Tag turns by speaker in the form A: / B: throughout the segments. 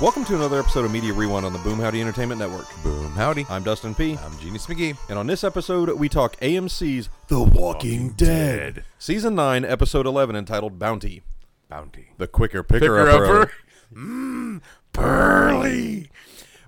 A: Welcome to another episode of Media Rewind on the Boom Howdy Entertainment Network.
B: Boom, howdy.
A: I'm Dustin P.
B: I'm Genius McGee.
A: And on this episode, we talk AMC's
B: The Walking Dead.
A: Season 9, Episode 11, entitled Bounty.
B: Bounty.
A: The quicker picker,
B: Picker
A: upper.
B: upper. Mmm, pearly.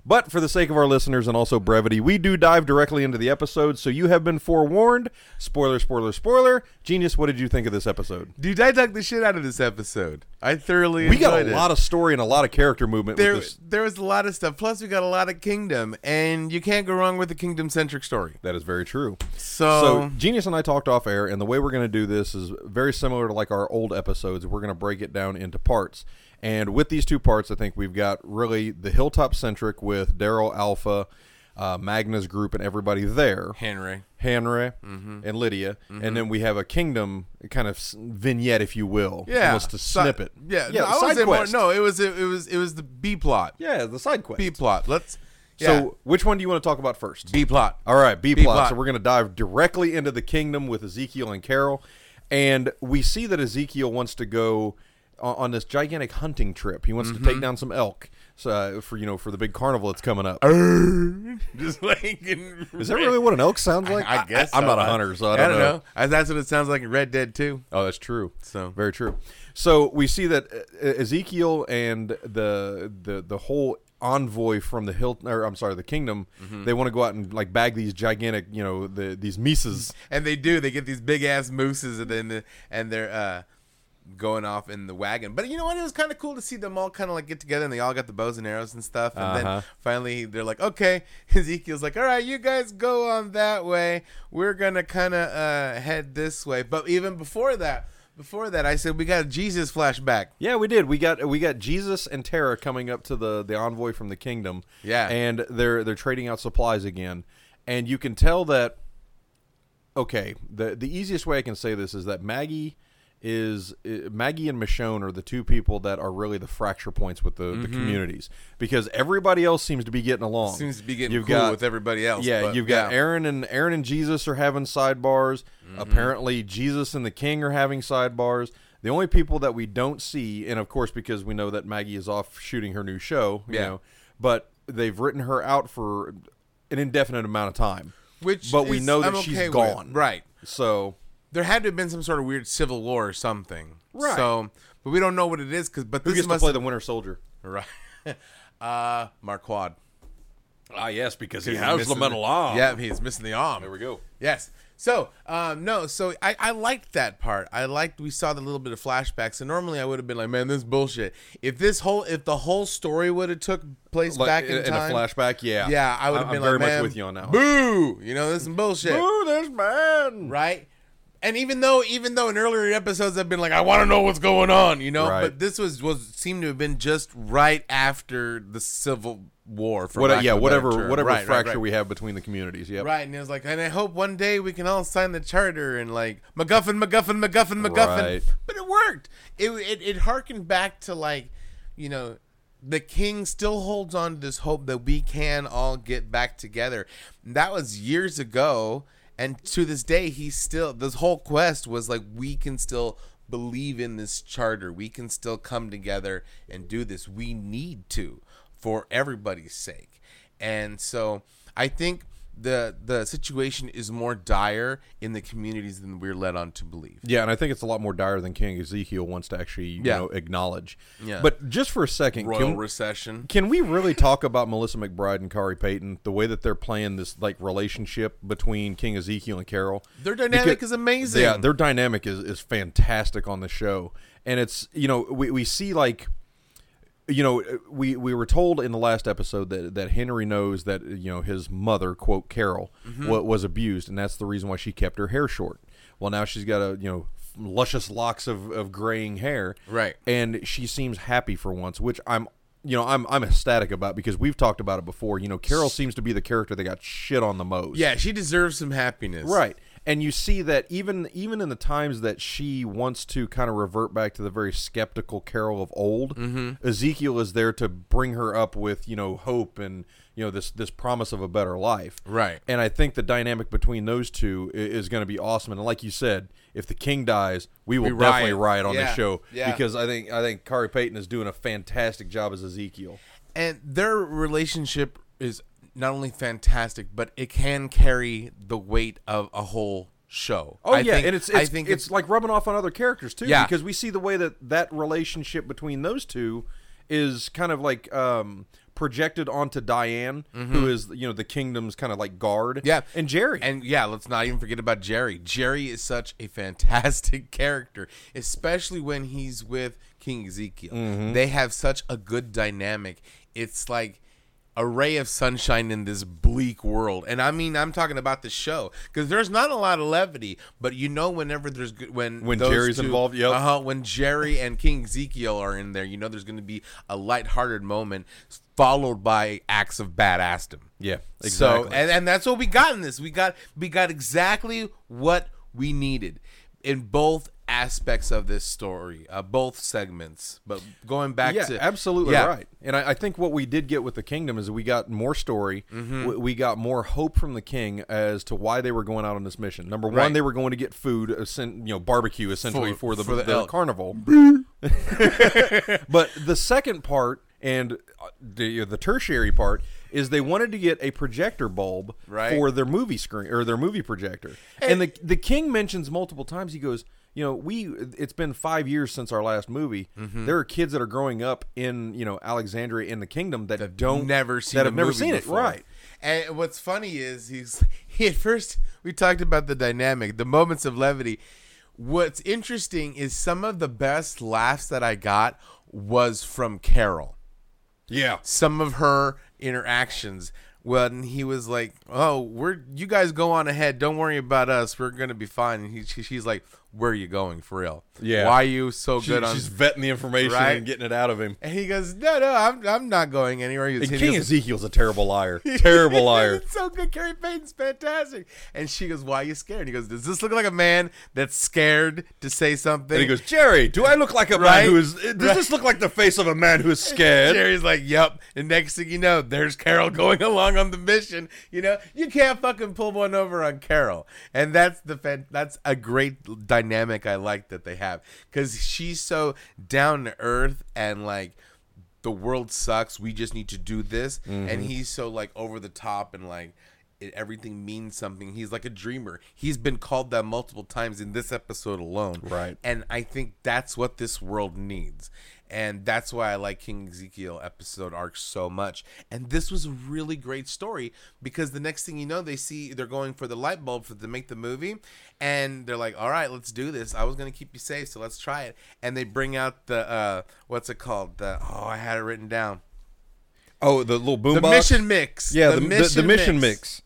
A: But for the sake of our listeners and also brevity, we do dive directly into the episode, so you have been forewarned. Spoiler, spoiler, spoiler. Genius, what did you think of this episode?
B: Dude, I dug the shit out of this episode. I thoroughly
A: We got a
B: enjoyed it.
A: lot of story and a lot of character movement
B: there,
A: with this.
B: there was a lot of stuff. Plus, we got a lot of Kingdom, and you can't go wrong with a Kingdom-centric story.
A: That is very true. So
B: So,
A: Genius and I talked off air, and the way we're going to do this is very similar to like our old episodes. We're going to break it down into parts, and with these two parts, I think we've got really the hilltop centric with Daryl Alpha, uh, Magna's group, and everybody there.
B: Henry.
A: Henry
B: mm-hmm.
A: and Lydia, and then we have a kingdom kind of s- vignette, if you will,
B: Yeah.
A: almost a
B: Si-
A: snippet.
B: Yeah.
A: yeah,
B: no,
A: the
B: I
A: side
B: was more,
A: quest.
B: no, it was it, was it was the B plot.
A: yeah, the side quest.
B: B plot. Let's. yeah.
A: So, which one do you want to talk about first?
B: B plot.
A: All right, B
B: B-plot.
A: plot. So we're going to dive directly into the kingdom with Ezekiel and Carol, and we see that Ezekiel wants to go uh, on, on this gigantic hunting trip. He wants to take down some elk so, uh, for you know for the big carnival that's coming up.
B: Just like in,
A: Is that really what an elk sounds like?
B: I guess
A: I'm
B: so.
A: not a hunter, so I don't, know.
B: I- That's what it sounds like in Red Dead 2.
A: Oh, that's true.
B: So-
A: very true. So we see that uh, Ezekiel and the the the whole envoy from the hill, or I'm sorry, the kingdom. They want to go out and like bag these gigantic, you know, the, these mises.
B: And they do. They get these big ass mooses and then the, and they're uh, going off in the wagon. But you know what? It was kind of cool to see them all kind of like get together and they all got the bows and arrows and stuff. And
A: Uh-huh.
B: then finally they're like, okay, Ezekiel's like, all right, you guys go on that way. We're going to kind of uh, head this way. But even before that, before that, I said, we got a Jesus flashback.
A: Yeah, we did. We got we got Jesus and Tara coming up to the the envoy from the kingdom.
B: Yeah.
A: and they're they're trading out supplies again, and you can tell that. Okay, the the easiest way I can say this is that Maggie is uh, Maggie and Michonne are the two people that are really the fracture points with the, the
B: Mm-hmm.
A: communities because everybody else seems to be getting along.
B: Seems to be getting
A: You've
B: cool
A: got-
B: with everybody else.
A: yeah,
B: but
A: you've got
B: yeah. Mm-hmm.
A: Aaron and Aaron and Jesus are having sidebars. Apparently, Jesus and the King are having sidebars. The only people that we don't see, and of course, because we know that Maggie is off shooting her new show, you
B: Yeah.
A: know, but they've written her out for an indefinite amount of time.
B: Which
A: but we
B: is-
A: know that
B: I'm
A: she's
B: okay with.
A: gone.
B: Right.
A: So
B: there had to have been some sort of weird civil war or something.
A: Right.
B: So, but we don't know what it is because. But
A: who
B: this
A: gets to
B: must
A: play the Winter Soldier?
B: right. uh, Marquard.
A: Ah, yes, because he
B: Missing Yeah, he's missing the arm.
A: There we go.
B: Yes. So, um, no, so I, I liked that part. I liked we saw the little bit of flashbacks, and normally I would have been like, "Man, this is bullshit." If this whole, if the whole story would have took place
A: Like,
B: back in,
A: in, in
B: time,
A: a flashback. Yeah,
B: yeah, I would have
A: I'm
B: been
A: very
B: like,
A: much
B: "Man,
A: with you on that. one.
B: Boo! You know, this is bullshit.
A: Boo, this man.
B: right? And even though, even though in earlier episodes I've been like, I want to know what's going on, you know,
A: Right.
B: but this was was seemed to have been just right after the Civil War. For
A: What,
B: lack
A: yeah,
B: of a
A: whatever,
B: better term.
A: whatever
B: Right, right,
A: fracture
B: right.
A: we have between the communities. Yep.
B: Right, and it was like, and I hope one day we can all sign the charter and like MacGuffin, MacGuffin, MacGuffin, MacGuffin.
A: Right.
B: But it worked. It, it it harkened back to like, you know, the king still holds on to this hope that we can all get back together. That was years ago, and to this day, he still this whole quest was like we can still believe in this charter. We can still come together and do this. We need to for everybody's sake. And so I think the the situation is more dire in the communities than we're led on to believe.
A: Yeah, and I think it's a lot more dire than King Ezekiel wants to actually, you
B: Yeah.
A: know, acknowledge.
B: Yeah.
A: But just for a second,
B: Royal
A: can,
B: recession.
A: can we really talk about Melissa McBride and Kari Payton, the way that they're playing this like relationship between King Ezekiel and Carol?
B: Their dynamic
A: Because-
B: is amazing.
A: Yeah, their dynamic is, is fantastic on the show. And it's you know, we, we see like you know, we, we were told in the last episode that, that Henry knows that, you know, his mother, quote, Carol,
B: Mm-hmm.
A: wa- was abused, and that's the reason why she kept her hair short. Well, now she's got a, you know, luscious locks of, of graying hair.
B: Right.
A: And she seems happy for once, which I'm, you know, I'm, I'm ecstatic about because we've talked about it before. You know, Carol seems to be the character that got shit on the most.
B: yeah, she deserves some happiness.
A: Right. And you see that even even in the times that she wants to kind of revert back to the very skeptical Carol of old,
B: Mm-hmm.
A: Ezekiel is there to bring her up with you know hope and you know this this promise of a better life.
B: Right.
A: And I think the dynamic between those two i- is going to be awesome. And like you said, if the king dies, we will
B: We riot.
A: definitely riot on
B: Yeah.
A: this show
B: Yeah.
A: because I think I think Kari Payton is doing a fantastic job as Ezekiel.
B: and their relationship is not only fantastic, but it can carry the weight of a whole show.
A: Oh
B: I
A: yeah,
B: think-
A: and it's, it's
B: I think
A: it's, like rubbing off on other characters too.
B: Yeah.
A: because we see the way that that relationship between those two is kind of like um, projected onto Diane, who is you know the kingdom's kind of like guard.
B: Mm-hmm. Yeah.
A: and Jerry.
B: And yeah, let's not even forget about Jerry. Jerry is such a fantastic character, especially when he's with King Ezekiel.
A: Mm-hmm.
B: They have such a good dynamic. It's like a ray of sunshine in this bleak world. And I mean, I'm talking about the show cuz there's not a lot of levity, but you know whenever there's good when
A: When
B: those
A: Jerry's involved, yep.
B: Uh-huh, when Jerry and King Ezekiel are in there, you know there's going to be a lighthearted moment followed by acts of badassdom.
A: yeah,
B: So and, and that's what we got in this. We got we got exactly what we needed in both aspects of this story, uh, both segments. But going back
A: yeah,
B: to
A: absolutely
B: Yeah.
A: right. And I, I think what we did get with the kingdom is we got more story.
B: Mm-hmm.
A: We, we got more hope from the king as to why they were going out on this mission. Number one,
B: Right.
A: they were going to get food, uh, sen- you know, barbecue essentially for,
B: For-
A: the,
B: for the
A: the
B: elk.
A: carnival. but the second part and uh, the the tertiary part is they wanted to get a projector bulb
B: Right.
A: for their movie screen or their movie projector. And, the the king mentions multiple times he goes, you know, we it's been 5 years since our last movie.
B: Mm-hmm.
A: There are kids that are growing up in, you know, Alexandria in the kingdom that, don't
B: never seen
A: that
B: a
A: have never
B: movie
A: seen
B: before.
A: it, right?
B: And what's funny is he's he, at first we talked about the dynamic, the moments of levity. What's interesting is some of the best laughs that I got was from Carol.
A: Yeah.
B: some of her interactions when he was like, "Oh, we're you guys go on ahead. Don't worry about us. We're gonna be fine." And he, she, she's like, "Where are you going for real?
A: Yeah.
B: why are you so good on?"
A: she's vetting the information
B: Right.
A: and getting it out of him.
B: and he goes, "No, no, I'm, I'm not going anywhere." He was
A: And
B: hitting
A: King
B: us-
A: Ezekiel's a terrible liar. Terrible liar.
B: it's so good. Carrie Payton's fantastic. And she goes, "Why are you scared?" He goes, "Does this look like a man that's scared to say something?"
A: And he goes, Jerry, do I look like a
B: Right?
A: man who is? Does this look like the face of a man who is scared?
B: Jerry's like, "Yep." And next thing you know, there's Carol going along on the mission. You know, you can't fucking pull one over on Carol, and that's the fan- that's a great dynamic I like that they have because she's so down to earth and like the world sucks. We just need to do this, and he's so like over the top and like. It, everything means something. He's like a dreamer. He's been called that multiple times in this episode alone.
A: Right.
B: And I think that's what this world needs. And that's why I like King Ezekiel episode arc so much. And this was a really great story because the next thing you know, they see they're going for the light bulb for to make the movie, and they're like, "All right, let's do this. I was gonna keep you safe, so let's try it." And they bring out the uh, what's it called? The oh, I had it written down.
A: Oh, the little boom
B: The
A: box?
B: mission mix.
A: Yeah, the, the, the mission, mix.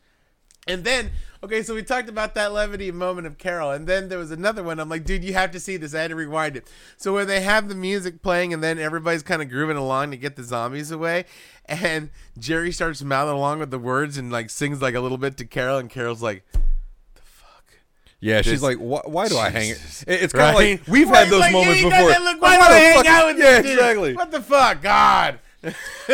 B: And then, okay, so we talked about that levity moment of Carol, and then there was another one. I'm like, dude, you have to see this. I had to rewind it. So where they have the music playing, and then everybody's kind of grooving along to get the zombies away, and Jerry starts mouthing along with the words and like sings like a little bit to Carol, and Carol's like,
A: Yeah, she's
B: This-
A: like, why, why do I hang it?
B: Jesus.
A: It- It's kind of
B: Right?
A: like we've
B: Right,
A: had those
B: like, yeah,
A: moments
B: you got
A: before.
B: that look,
A: Why
B: Why
A: do
B: would I
A: I
B: hang
A: fucking-
B: out with
A: yeah,
B: this dude?
A: exactly.
B: What the fuck, God?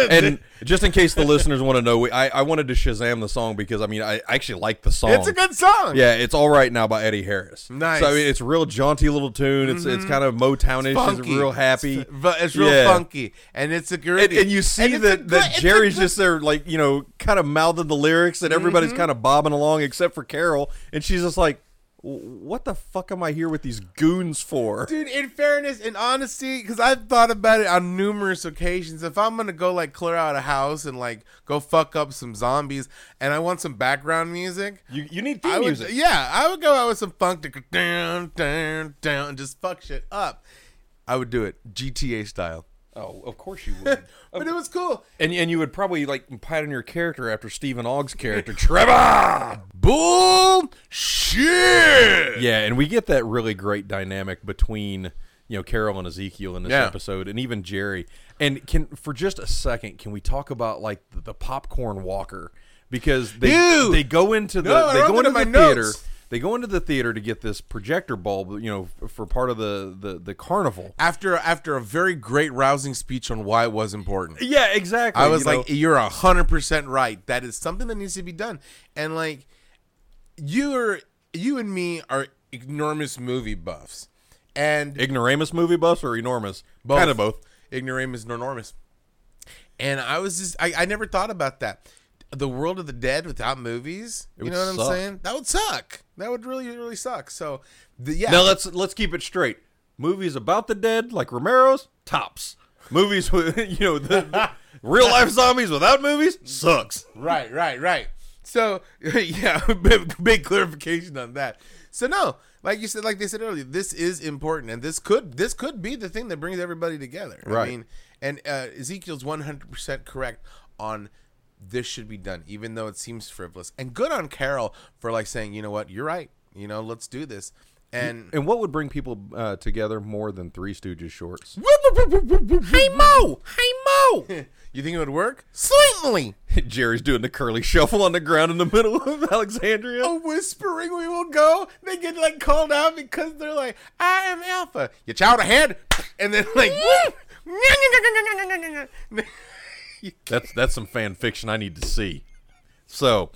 A: And just in case the listeners want to know, we, I, I wanted to Shazam the song because I mean I actually like the song.
B: it's a good song.
A: Yeah, it's all right now by Eddie Harris.
B: Nice.
A: So I mean, it's a real jaunty little tune. It's it's kind of Motownish. It's,
B: funky.
A: real happy.
B: It's, but it's real
A: Yeah.
B: funky, and it's a good.
A: and, and you see
B: and it's a
A: that,
B: good-
A: that
B: it's a
A: Jerry's
B: good- Mm-hmm.
A: just there, like you know, kind of mouthing the lyrics, and everybody's kind of bobbing along except for Carol, and she's just like, "W- "What the fuck am I here with these goons for?"
B: Dude, in fairness and honesty, because I've thought about it on numerous occasions. If I'm gonna go like clear out a house and like go fuck up some zombies, and I want some background music,
A: You, you need
B: I
A: theme
B: would,
A: music.
B: yeah, I would go out with some funk to down, down, down, and just fuck shit up. I would do it GTA style,
A: Oh, of course you would.
B: but it was cool.
A: and and you would probably like pattern your character after Stephen Ogg's character, Trevor.
B: Boom, shit.
A: Yeah, and we get that really great dynamic between you know Carol and Ezekiel in this
B: Yeah.
A: episode, and even Jerry. And can for just a second, can we talk about like the, the popcorn walker because they
B: Ew!
A: they go into the
B: No, I
A: they
B: wrote
A: go
B: that
A: into
B: in my
A: the theater.
B: notes.
A: They go into the theater to get this projector bulb, you know, f- for part of the the, the carnival.
B: After after a very great rousing speech on why it was important.
A: Yeah, exactly.
B: I was
A: you know.
B: like, you're a hundred percent right. That is something that needs to be done. And like, you're you and me are enormous movie buffs, and
A: ignoramus movie buffs or enormous,
B: Both.
A: kind of both.
B: ignoramus and enormous. And I was just I, I never thought about that. The world of the dead without movies.
A: It
B: you
A: would
B: know what
A: suck.
B: I'm saying? That would suck. That would really really suck. So the, yeah.
A: Now let's let's keep it straight. Movies about the dead, like Romero's, tops. Movies with you know the, the real life zombies without movies sucks.
B: Right, right, right. So yeah, big, big clarification on that. So no, like you said, like they said earlier, this is important, and this could this could be the thing that brings everybody together. I
A: Right.
B: mean, and uh, Ezekiel's one hundred percent correct on this should be done, even though it seems frivolous. And good on Carol for like saying, you know what, you're right. You know, let's do this. And
A: And what would bring people uh, together more than Three Stooges shorts?
B: hey Mo, hey Mo, you think it would work? Certainly.
A: Jerry's doing the curly shuffle on the ground in the middle of Alexandria.
B: a whispering we will go. They get like called out because they're like, I am Alpha. You child ahead. And then like
A: That's that's some fan fiction I need to see. So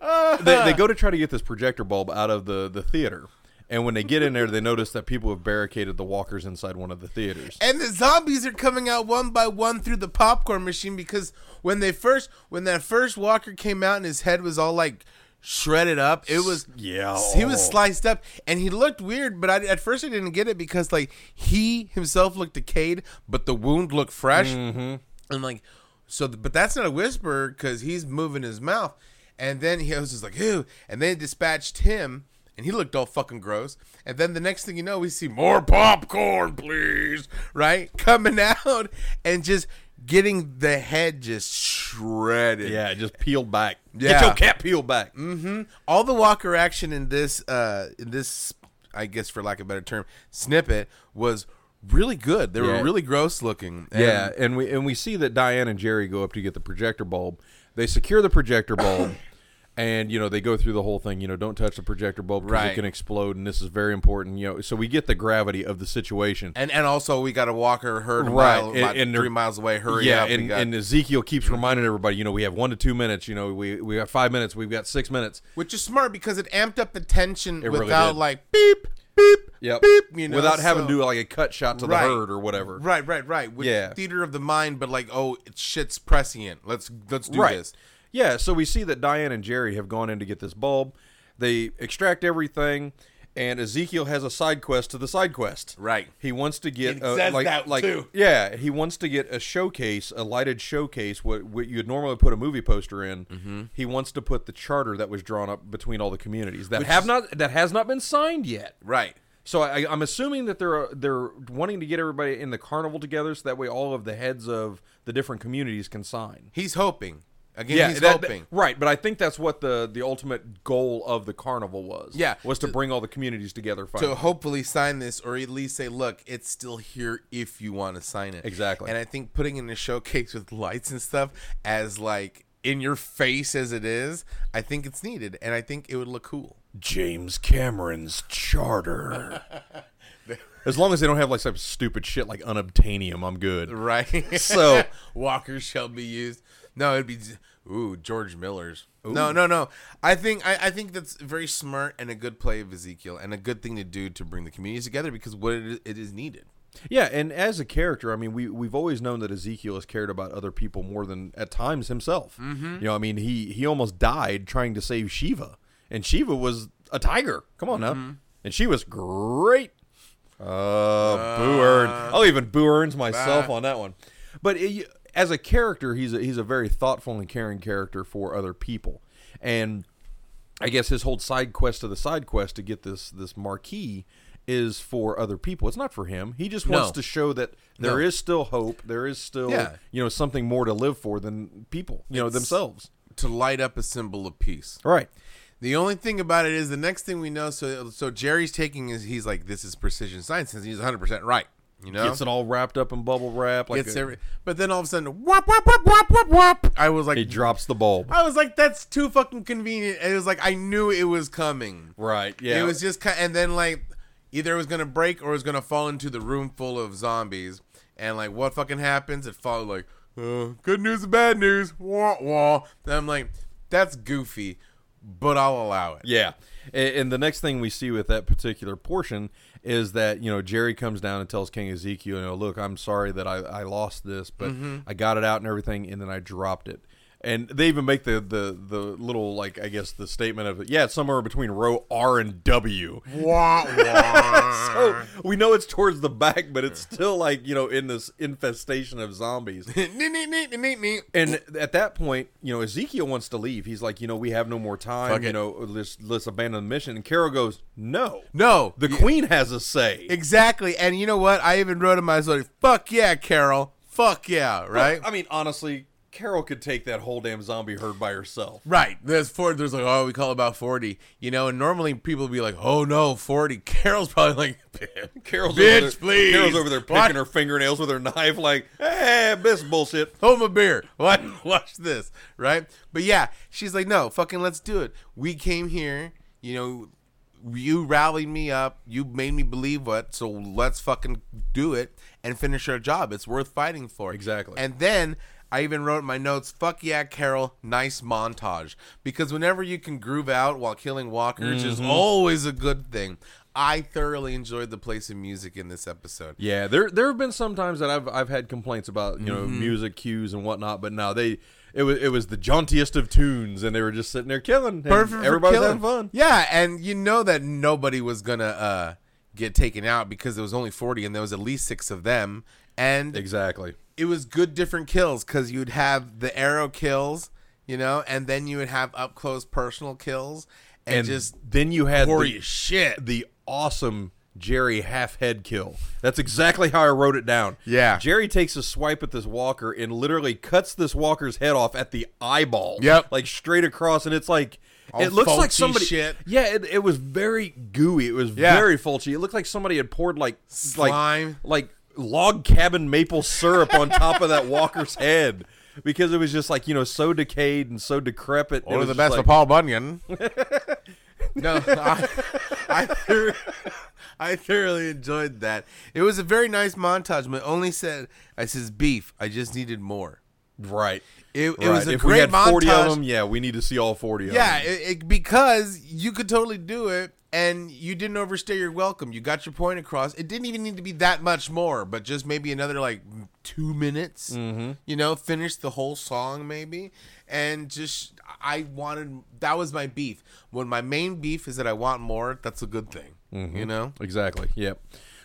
A: they, they go to try to get this projector bulb out of the, the theater. And when they get in there, they notice that people have barricaded the walkers inside one of the theaters.
B: And the zombies are coming out one by one through the popcorn machine because when they first when that first walker came out and his head was all like shredded up, it was
A: Yeah.
B: He was sliced up and he looked weird, but I, at first I didn't get it because like he himself looked decayed, but the wound looked fresh. And like, so, th- but that's not a whisper because he's moving his mouth. And then he was just like, ew. And they dispatched him and he looked all fucking gross. And then the next thing you know, we see more popcorn, please, right? Coming out and just getting the head just shredded.
A: Yeah, just peeled back. Get
B: Yeah.
A: your cat peeled back. Mm.
B: all the Walker action in this uh in this I guess for lack of a better term snippet was really good. They
A: Yeah.
B: were really gross looking. And
A: Yeah, and we and we see that Diane and Jerry go up to get the projector bulb. They secure the projector bulb, and you know they go through the whole thing. You know, don't touch the projector bulb because
B: Right.
A: it can explode, and this is very important. You know, so we get the gravity of the situation.
B: And and also we got a Walker herd
A: Right,
B: mile,
A: and-
B: about
A: and they're-
B: three miles away. Hurry
A: yeah,
B: up! we
A: and,
B: got-
A: and Ezekiel keeps reminding everybody, you know, we have one to two minutes. You know, we we have five minutes. We've got six minutes.
B: which is smart because it amped up the tension
A: really
B: without
A: did.
B: like beep beep
A: Yep.
B: beep. You know,
A: without having
B: so-
A: to do like a cut shot to
B: Right.
A: the herd or whatever.
B: right, right, right. With
A: Yeah.
B: theater of the mind, but like oh, it's shit's prescient. Let's let's do this.
A: Yeah, so we see that Diane and Jerry have gone in to get this bulb. They extract everything, and Ezekiel has a side quest to the side quest.
B: Right.
A: He wants to get
B: It
A: uh,
B: says
A: like,
B: that,
A: like-
B: too.
A: Yeah, he wants to get a showcase, a lighted showcase, what, what you'd normally put a movie poster in.
B: Mm-hmm.
A: He wants to put the charter that was drawn up between all the communities that have not that has not been signed yet.
B: Right.
A: So I, I'm assuming that they're they're wanting to get everybody in the carnival together, so that way all of the heads of the different communities can sign
B: He's hoping. Again, he's
A: that- that-
B: hoping.
A: right, but I think that's what the the ultimate goal of the carnival was.
B: Yeah.
A: was to bring all the communities together.
B: to
A: Finally.
B: hopefully sign this or at least say look it's still here if you want to sign it
A: Exactly.
B: and i think putting in a showcase with lights and stuff as like in your face as it is i think it's needed and i think it would look cool
A: James Cameron's charter. as long as they don't have like some stupid shit like unobtainium, I'm good.
B: right
A: So-
B: walkers shall be used no it'd be ooh george miller's no no no i think I, I think that's very smart and a good play of ezekiel and a good thing to do to bring the communities together because what it is, it is needed
A: Yeah, and as a character, I mean, we we've always known that Ezekiel has cared about other people more than at times himself. Mm-hmm. You know, I mean, he he almost died trying to save Shiva, and Shiva was a tiger. Come on now, and she was great. Uh, boo earns.
B: Uh,
A: I'll even boo earns myself on that one. But it, as a character, he's a, he's a very thoughtful and caring character for other people, and I guess his whole side quest to the side quest to get this this marquee is for other people. It's not for him. He just wants
B: No.
A: to show that there is
B: No.
A: still hope. There is still
B: Yeah.
A: you know something more to live for than people. You know themselves.
B: to light up a symbol of peace
A: Right.
B: The only thing about it is the next thing we know. So so Jerry's taking is he's like this is precision science and he's 100 percent right. You know,
A: Gets it all wrapped up in bubble wrap. Like
B: Gets
A: a-
B: every- but then all of a sudden, whop whop whop whop whop whop. I was like,
A: he drops the bulb.
B: I was like, that's too fucking convenient. And it was like I knew it was coming.
A: Right. Yeah.
B: It was just kind, and then like either it was gonna break or it was gonna fall into the room full of zombies. And like what fucking happens? It followed like uh, good news and bad news. Wah wah. And I'm like, that's goofy. but I'll allow it.
A: Yeah. And, and the next thing we see with that particular portion is that, you know, Jerry comes down and tells King Ezekiel, you know, look, I'm sorry that I, I lost this, but
B: Mm-hmm.
A: I got it out and everything, and then I dropped it. And they even make the, the, the little, like, I guess the statement of, yeah, it's somewhere between row R and W.
B: Wah, wah.
A: So we know it's towards the back, but it's still, like, you know, in this infestation of zombies.
B: Neat, neat, neat, neat, neat.
A: And at that point, you know, Ezekiel wants to leave. He's like, you know, we have no more time.
B: Fuck
A: you
B: it.
A: know, let's let's abandon the mission. And Carol goes, no,
B: No,
A: the Queen has a say.
B: exactly. And you know what? I even wrote in my story, "Fuck yeah, Carol. Fuck yeah." Right.
A: I mean, honestly, Carol could take that whole damn zombie herd by herself.
B: Right. There's four. There's like, oh, we call about 40. You know, and normally people be like, oh no, 40. Carol's probably like,
A: Carol's
B: Bitch,
A: over there,
B: please.
A: Carol's over there picking
B: What?
A: her fingernails with her knife, like, eh, this bullshit.
B: hold my beer. Watch, watch this. Right. But yeah, she's like, no, fucking let's do it. We came here. You know, you rallied me up. You made me believe what. So let's fucking do it and finish our job. It's worth fighting for.
A: Exactly.
B: And then I even wrote in my notes, fuck yeah, Carol, nice montage. Because whenever you can groove out while killing walkers is always a good thing. I thoroughly enjoyed the place of music in this episode.
A: Yeah, there there have been some times that I've I've had complaints about you know music cues and whatnot, but no, they it was it was the jauntiest of tunes, and they were just sitting there killing. and
B: Perfect for
A: everybody's
B: killing.
A: having fun.
B: Yeah, and you know that nobody was gonna uh, get taken out because there was only forty and there was at least six of them. And
A: Exactly.
B: it was good different kills because you'd have the arrow kills, you know, and then you would have up close personal kills and,
A: and
B: just
A: then you had
B: gory
A: the,
B: as shit.
A: the awesome Jerry half head kill. That's exactly how I wrote it down.
B: Yeah.
A: Jerry takes a swipe at this walker and literally cuts this walker's head off at the eyeball.
B: Yep.
A: Like straight across and it's like
B: All
A: it looks like
B: folksy
A: somebody
B: shit.
A: Yeah, it, it was very gooey. It was
B: Yeah.
A: very fulchy. It looked like somebody had poured like
B: Slime.
A: like like log cabin maple syrup on top of that walker's head. Because it was just like, you know, so decayed and so decrepit.
B: One
A: it
B: of
A: was
B: the
A: just
B: best
A: like-
B: for Paul Bunyan. no, I, I, thor- I thoroughly enjoyed that. It was a very nice montage, but only said, I says, beef, I just needed more.
A: Right.
B: It, it
A: Right.
B: was a
A: if
B: great
A: we had
B: montage.
A: 40 of them, yeah, we need to see all 40 of
B: Yeah,
A: them.
B: it, it, because you could totally do it, and you didn't overstay your welcome. You got your point across. It didn't even need to be that much more, but just maybe another like two minutes.
A: Mm-hmm.
B: You know, finish the whole song maybe, and just I wanted that was my beef. When my main beef is that I want more, that's a good thing.
A: Mm-hmm.
B: You know,
A: Exactly. Yep.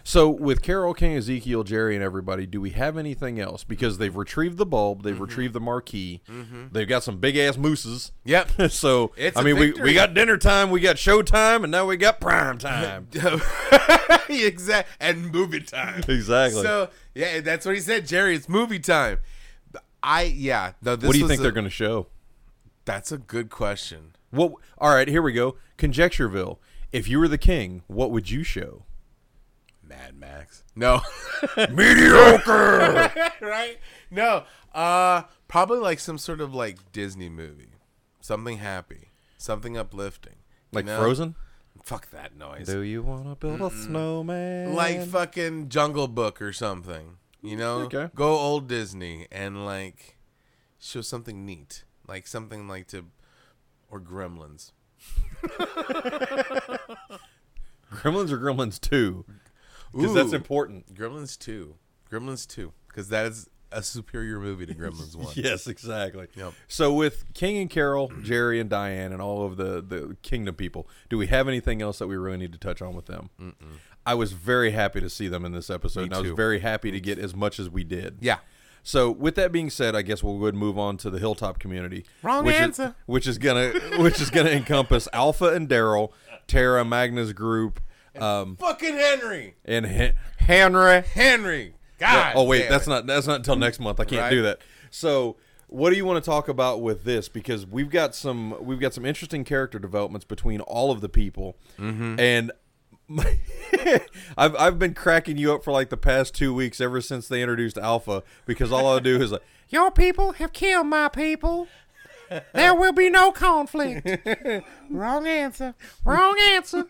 A: So with Carol King, Ezekiel, Jerry, and everybody, do we have anything else? Because they've retrieved the bulb,
B: Mm-hmm.
A: they've retrieved the marquee, they've got some big ass mooses.
B: Yep.
A: so
B: Mm-hmm. It's
A: I
B: a
A: mean, we,
B: victory.
A: we got dinner time, we got show time, and now we got prime time.
B: exact and movie time.
A: exactly.
B: So yeah, that's what he said, Jerry. It's movie time. I yeah. No, this
A: what do you
B: was
A: think
B: a-
A: they're going to show?
B: That's a good question.
A: What? All right, here we go. Conjectureville. If you were the king, what would you show?
B: Mad Max. No.
A: Mediocre.
B: right? No. Uh probably like some sort of like Disney movie. Something happy. Something uplifting. You
A: like
B: know?
A: Frozen.
B: Fuck that noise.
A: Do you want to build a snowman?
B: Like fucking Jungle Book or something. You know?
A: Okay.
B: Go old Disney and like show something neat. Like something like to or Gremlins.
A: Gremlins or Gremlins Two? Because that's
B: Ooh.
A: important.
B: Gremlins 2. Gremlins 2 cuz that is a superior movie to Gremlins 1.
A: Yes, exactly.
B: Yep.
A: So with King and Carol, Jerry and Diane, and all of the the Kingdom people, do we have anything else that we really need to touch on with them? I was very happy to see them in this episode, and I was
B: too.
A: very happy to get as much as we did.
B: Yeah.
A: So with that being said, I guess we'll go ahead and move on to the Hilltop community.
B: Wrong
A: which Is,
B: answer.
A: which is gonna which is gonna encompass Alpha and Daryl, Tara, Magna's group, um,
B: Fucking Henry.
A: and Hen- Henry.
B: Henry. God.
A: Oh wait,
B: damn
A: that's
B: it.
A: not that's not until next month. I can't
B: Right.
A: do that. So, what do you want to talk about with this? Because we've got some we've got some interesting character developments between all of the people,
B: Mm-hmm.
A: and I've I've been cracking you up for like the past two weeks ever since they introduced Alpha because all I do is like your people have killed my people.
C: There will be no conflict. Wrong answer. Wrong answer.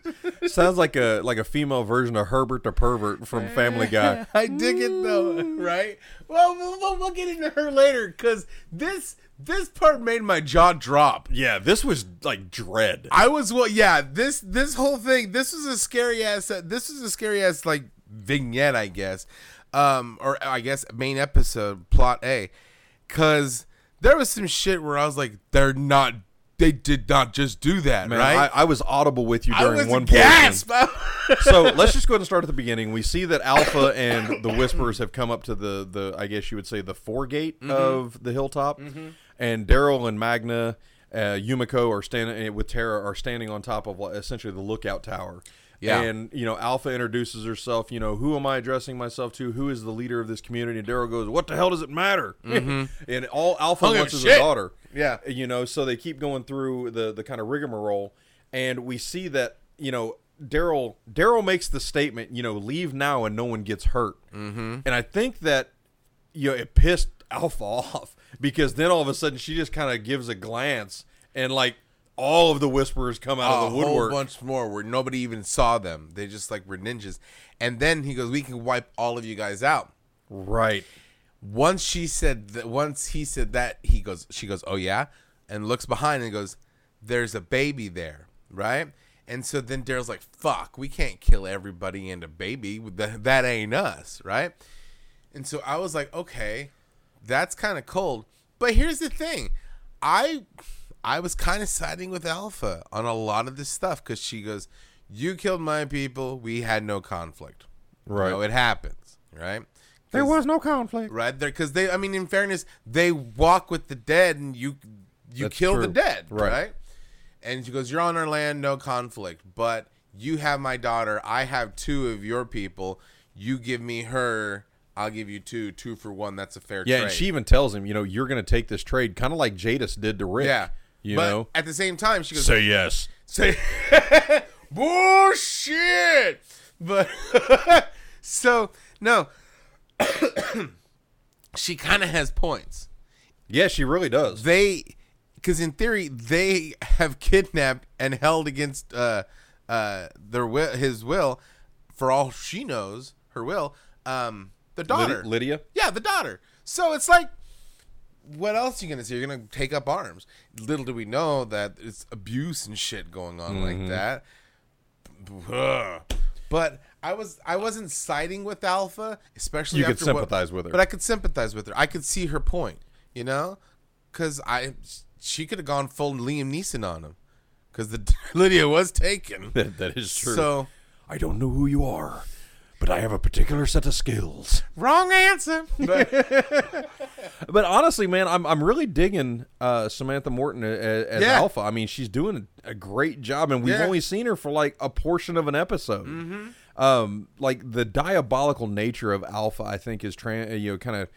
A: Sounds like a like a female version of Herbert the Pervert from Family Guy.
B: I dig it though,
A: Mm.
B: right? Well, we'll, we'll, we'll get into her later because this this part made my jaw drop.
A: Yeah, this was like dread.
B: I was well, yeah. This this whole thing. This was a scary ass. uh, This was a scary ass like vignette, I guess, um, or I guess main episode plot A, because there was some shit where I was like, they're not. They did not just do that,
A: Man,
B: right?
A: I, I was audible with you
B: I
A: during
B: was
A: one portion.
B: gasped.
A: so let's just go ahead and start at the beginning. We see that Alpha and the Whisperers have come up to the the I guess you would say the foregate
B: Mm-hmm.
A: of the hilltop, and Daryl and Magna, uh, Yumiko are standing eh, with Tara are standing on top of like, essentially the lookout tower.
B: Yeah.
A: And you know, Alpha introduces herself. You know, who am I addressing myself to? Who is the leader of this community? And Daryl goes, "What the hell does it matter?" and all Alpha
B: Mm-hmm. Don't give
A: wants
B: a
A: is
B: shit.
A: a daughter.
B: Yeah.
A: You know, so they keep going through the the kind of rigmarole, and we see that you know Daryl Daryl makes the statement, you know, leave now and no one gets hurt, mm-hmm. and I think that you know it pissed Alpha off because then all of a sudden she just kind of gives a glance and like all of the whisperers come out
B: a
A: of the woodwork.
B: whole bunch more where nobody even saw them. They just like were ninjas. And then he goes, "We can wipe all of you guys out."
A: Right.
B: Once she said that, once he said that, he goes, she goes, "Oh yeah," and looks behind and goes, "There's a baby there, right?" And so then Daryl's like, "Fuck, we can't kill everybody and a baby. That, that ain't us, right?" And so I was like, "Okay, that's kind of cold." But here's the thing, I I was kind of siding with Alpha on a lot of this stuff because she goes, "You killed my people. We had no conflict.
A: Right.
B: You know, it happens, right?"
C: There was no conflict.
B: right there because they i mean in fairness they walk with the dead and you you
A: That's
B: kill the
A: true.
B: dead right.
A: Right.
B: and she goes you're on our land no conflict but you have my daughter i have two of your people you give me her i'll give you two two for one that's a fair
A: Yeah,
B: trade.
A: and she even tells him, you know, you're going to take this trade, kind of like Jadis did to Rick.
B: yeah
A: You
B: but
A: know.
B: at the same time she goes
A: Say yes.
B: Say bullshit. But so no, she kind of has points.
A: Yeah, she really does.
B: They, because in theory, they have kidnapped and held against uh, uh, their will, his will, for all she knows, her will, um, the
A: Lyd-
B: daughter,
A: Lydia.
B: yeah, the daughter. So it's like, what else you gonna see? You're gonna take up arms. Little do we know that it's abuse and shit going on like that.
A: Mm-hmm.
B: Ugh. But I was I wasn't siding with Alpha, especially
A: You could
B: after what-
A: sympathize with her.
B: But I could sympathize with her. I could see her point, you know, because I she could have gone full Liam Neeson on him, because the Lydia was taken.
A: That, that is true.
B: So
A: I don't know who you are, but I have a particular set of skills.
C: Wrong answer.
A: But honestly, man, I'm I'm really digging uh, Samantha Morton as, as
B: Yeah.
A: Alpha. I mean, she's doing a great job, and we've
B: Yeah.
A: only seen her for like a portion of an episode. Um, like the diabolical nature of Alpha, I think, is tran- uh, you know kind of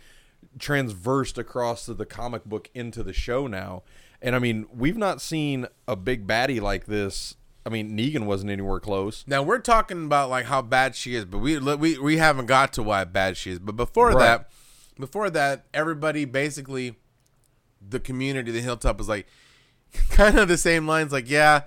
A: transversed across the, the comic book into the show now. And I mean, we've not seen a big baddie like this. I mean, Negan wasn't anywhere close.
B: Now we're talking about like how bad she is, but we we we haven't got to why bad she is. But before
A: Right.
B: that, before that, everybody basically, the community, the hilltop was like, kind of the same lines. Like, yeah,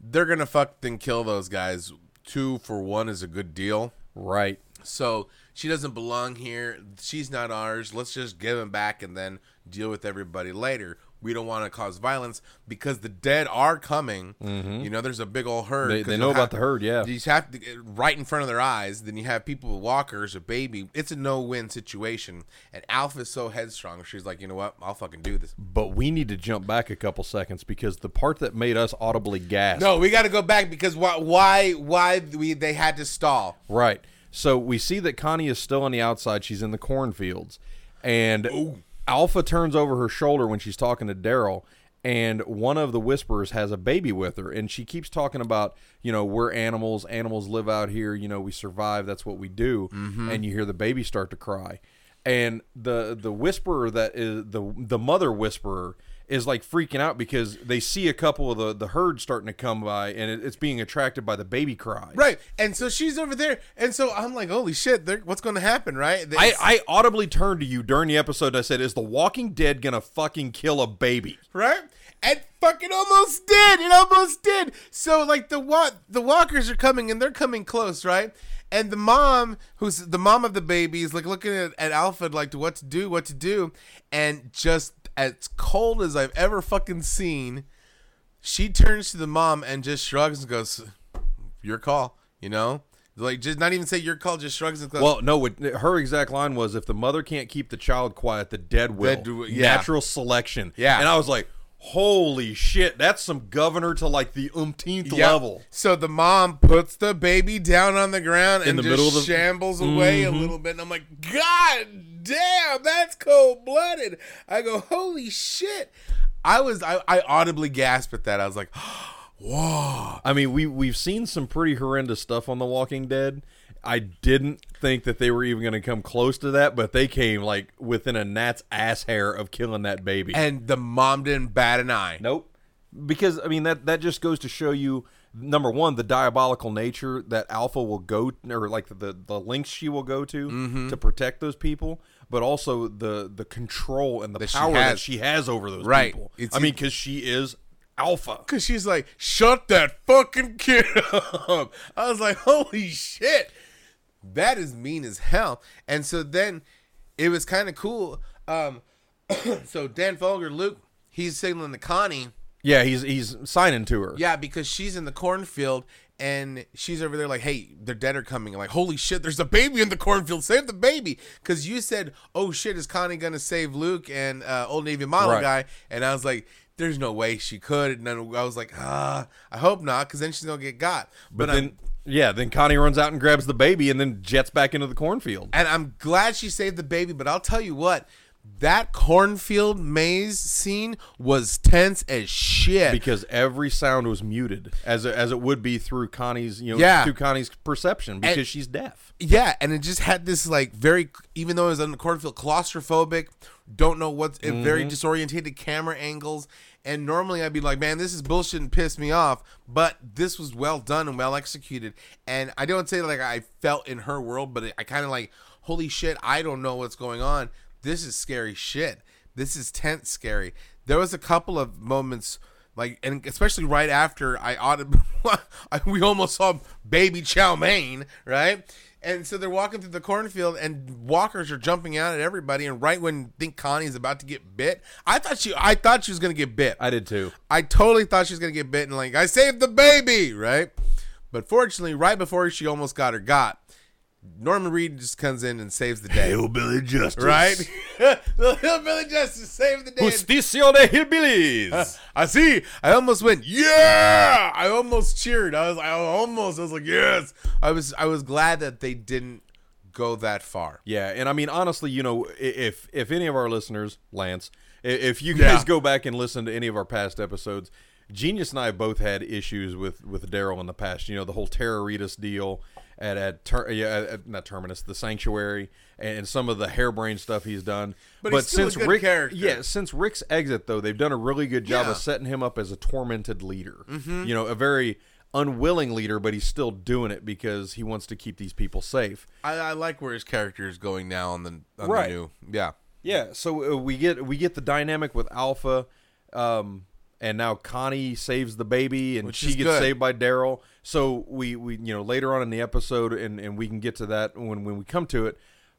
B: they're gonna fuck then kill those guys. Two for one is a good deal.
A: Right.
B: So she doesn't belong here. She's not ours. Let's just give him back and then deal with everybody later. We don't want to cause violence because the dead are coming. You know, there's a big old
A: Mm-hmm.
B: herd.
A: They-
B: 'cause
A: they
B: you'll
A: know about the herd, yeah.
B: You just have to get right in front of their eyes. Then you have people with walkers, a baby. It's a no-win situation. And Alpha's so headstrong. She's like, you know what? I'll fucking do this.
A: But we need to jump back a couple seconds because the part that made us audibly gasp.
B: No, we got to go back because why? Why? Why we they had to stall?
A: Right. So we see that Connie is still on the outside. She's in the cornfields. And Alpha turns over her shoulder when she's talking to Daryl. And one of the whisperers has a baby with her. And she keeps talking about, you know, we're animals. Animals live out here. You know, we survive. That's what we do. And you hear the baby start to cry. And the the whisperer that is the the mother whisperer is like freaking out because they see a couple of the the herd starting to come by and it, it's being attracted by the baby cries.
B: Right. And so she's over there. And so I'm like, holy shit, they're- what's going to happen, right?
A: I,
B: It's-
A: I audibly turned to you during the episode. and I said, "Is the Walking Dead gonna fucking kill a baby?"
B: right? And fucking almost did. It almost did. So like the wa- the walkers are coming and they're coming close, right? And the mom, who's the mom of the baby, is like looking at, at Alfred like what to do, what to do, and just as cold as I've ever fucking seen, she turns to the mom and just shrugs and goes, "Your call," you know. Like just not even say your call, just shrugs and goes,
A: Well, no. What, her exact line was, "If the mother can't keep the child quiet, the dead will."
B: Dead do- yeah.
A: Natural selection.
B: Yeah.
A: And I was like, "Holy shit! That's some governor to like the umpteenth
B: Yep.
A: level."
B: So the mom puts the baby down on the ground and
A: the
B: just
A: middle of the- Mm-hmm.
B: shambles away a little bit. And I'm like, God damn, that's cold blooded. I go, holy shit. I was, I, I audibly gasped at that. I was like, whoa.
A: I mean, we we've seen some pretty horrendous stuff on The Walking Dead. I didn't think that they were even going to come close to that, but they came like within a gnat's ass hair of killing that baby.
B: And the mom didn't bat an eye.
A: Nope. Because I mean that that just goes to show you number one the diabolical nature that Alpha will go or like the the lengths she will go to to protect those people, but also the the control and the
B: That she
A: power that
B: has.
A: she has over those
B: Right.
A: people.
B: It's-
A: I mean, because she is Alpha.
B: Cause she's like, shut that fucking kid up. I was like, holy shit, that is mean as hell. And so then it was kind of cool. Um, so Dan Folger, Luke, he's signaling to Connie.
A: Yeah, he's he's signing to her.
B: Yeah, because she's in the cornfield and she's over there like, hey, the dead are coming. I'm like, holy shit, there's a baby in the cornfield. Save the baby. Because you said, oh shit, is Connie going to save Luke and uh, Old Navy model
A: Right.
B: guy? And I was like, there's no way she could. And then I was like, ah, I hope not, because then she's going to get got.
A: but,
B: I'm-
A: then yeah, then Connie runs out and grabs the baby and then jets back into the cornfield.
B: and I'm glad she saved the baby, but I'll tell you what. That cornfield maze scene was tense as shit.
A: Because every sound was muted, as it, as it would be through Connie's, you know,
B: Yeah.
A: through Connie's perception, because she's deaf.
B: Yeah, and it just had this like very, even though it was on the cornfield, claustrophobic. Don't know what's and very disorientated camera angles. And normally I'd be like, man, this is bullshit and piss me off. But this was well done and well executed. And I don't say like I felt in her world, but I kind of like, holy shit, I don't know what's going on. This is scary shit. This is tense scary. There was a couple of moments like and especially right after I audibly, we almost saw baby Chow Mein, right? And so they're walking through the cornfield, and walkers are jumping out at everybody. And right when I think Connie is about to get bit, I thought she, I thought she was gonna get bit.
A: I did too.
B: I totally thought she was gonna get bitten. Like I saved the baby, right? But fortunately, right before she almost got her got, Norman Reed just comes in and saves the day,
A: Hillbilly Justice.
B: right? the hillbilly justice saved the day.
A: Justicia de Hillbillies.
B: I see. I almost went, yeah. I almost cheered. I was, I almost, I was like, yes. I was, I was glad that they didn't go that far.
A: yeah, and I mean honestly, you know, i- if if any of our listeners, Lance, i- if you
B: Yeah.
A: guys go back and listen to any of our past episodes, Genius and I both had issues with with Daryl in the past. You know, the whole Terroritas deal at at, ter- yeah, at- at not Terminus, the Sanctuary, and, and some of the harebrained stuff he's done.
B: But he's still a good
A: Rick,
B: character.
A: yeah, since Rick's exit though, they've done a really good job
B: Yeah. Mm-hmm.
A: of setting him up as a tormented leader. You know, a very unwilling leader, but he's still doing it because he wants to keep these people safe.
B: I, I like where his character is going now on the, on
A: Right.
B: the new, yeah.
A: Yeah, so uh, we get we get the dynamic with Alpha, um, and now Connie saves the baby, and
B: Which
A: she
B: is
A: gets
B: good.
A: saved by Daryl. So we we you know later on in the episode, and and we can get to that when when we come to it.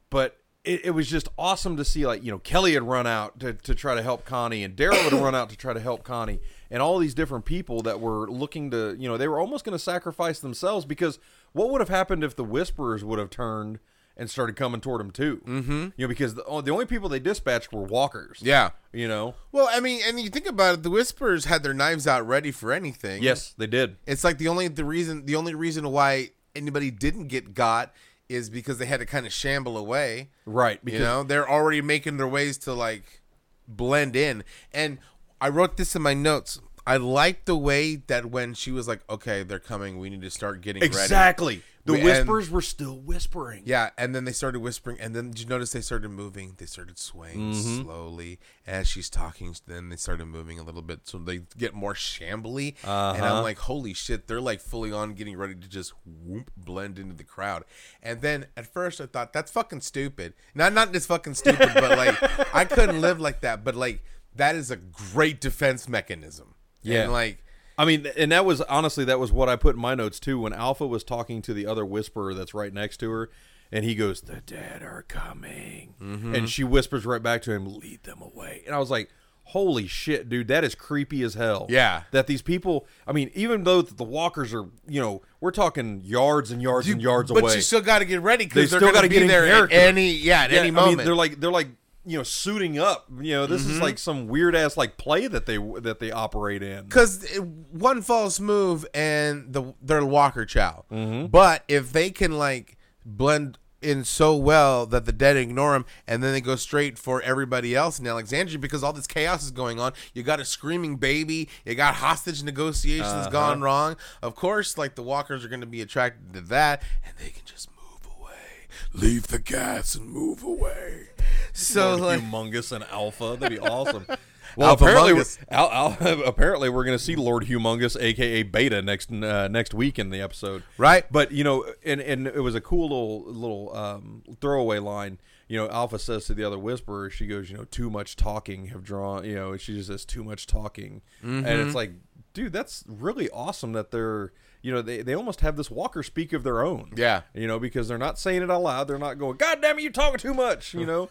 A: But it, it was just awesome to see like you know Kelly had run out to to try to help Connie, and Daryl had run out to try to help Connie, and all these different people that were looking to you know they were almost going to sacrifice themselves because what would have happened if the Whisperers would have turned and started coming toward him too. Mm-hmm. You know, because the, oh, the only people they dispatched were walkers.
B: Yeah.
A: You know.
B: Well, I mean, and you think about it, the Whisperers had their knives out ready for anything.
A: Yes, they did.
B: It's like the only the reason the only reason why anybody didn't get got is because they had to kind of shamble away.
A: Right. Because
B: you know, they're already making their ways to like blend in. And I wrote this in my notes. I liked the way that when she was like, "Okay, they're coming. We need to start getting ready."
A: exactly. The
B: We- and-
A: whispers were still whispering.
B: Yeah, and then they started whispering, and then did you notice they started moving? They started swaying
A: Mm-hmm.
B: slowly as she's talking. Then they started moving a little bit, so they get more shambly. And
A: Uh-huh.
B: I'm like, holy shit, they're like fully on getting ready to just whoop, blend into the crowd. And then at first I thought that's fucking stupid. Not not just fucking stupid, but like I couldn't live like that. But like that is a great defense mechanism.
A: Yeah.
B: and like
A: I mean, and that was honestly that was what I put in my notes too. When Alpha was talking to the other whisperer that's right next to her, and he goes, "The dead are coming,"
B: Mm-hmm.
A: and she whispers right back to him, "Lead them away." And I was like, "Holy shit, dude, that is creepy as hell."
B: Yeah.
A: that these people. I mean, even though the walkers are, you know, we're talking yards and yards and yards
B: but
A: away.
B: you still got to get ready
A: They
B: because they are
A: still
B: still got
A: gotta
B: to
A: get
B: get
A: in
B: there at
A: character.
B: any yeah oh, at
A: Yeah,
B: any
A: I mean,
B: moment. Mm-hmm.
A: they're like they're like you know suiting up. You know, this is like some weird ass like play that they that they operate in.
B: because one false move and the they're Walker Chow. But if they can like blend in so well that the dead ignore them, and then they go straight for everybody else in Alexandria because all this chaos is going on. You got a screaming baby. You got hostage negotiations gone wrong. Of course, like the Walkers are going to be attracted to that, and they can just move away, leave the gas, and move away. So like.
A: humongous and alpha. That'd be awesome.
B: Well,
A: Well, apparently, we're,
B: Alphamongous.
A: Al- Al- apparently we're going to see Lord Humongous, aka Beta, next uh, next week in the episode,
B: Right.
A: But you know, and and it was a cool little little um, throwaway line. You know, Alpha says to the other Whisperer, she goes, you know, too much talking have drawn. You know, she just says too much talking, and
B: Mm-hmm.
A: it's like, dude, that's really awesome that they're. You know, they, they almost have this walker speak of their own.
B: Yeah.
A: You know, because they're not saying it out loud. They're not going, God damn it, you're talking too much. You know,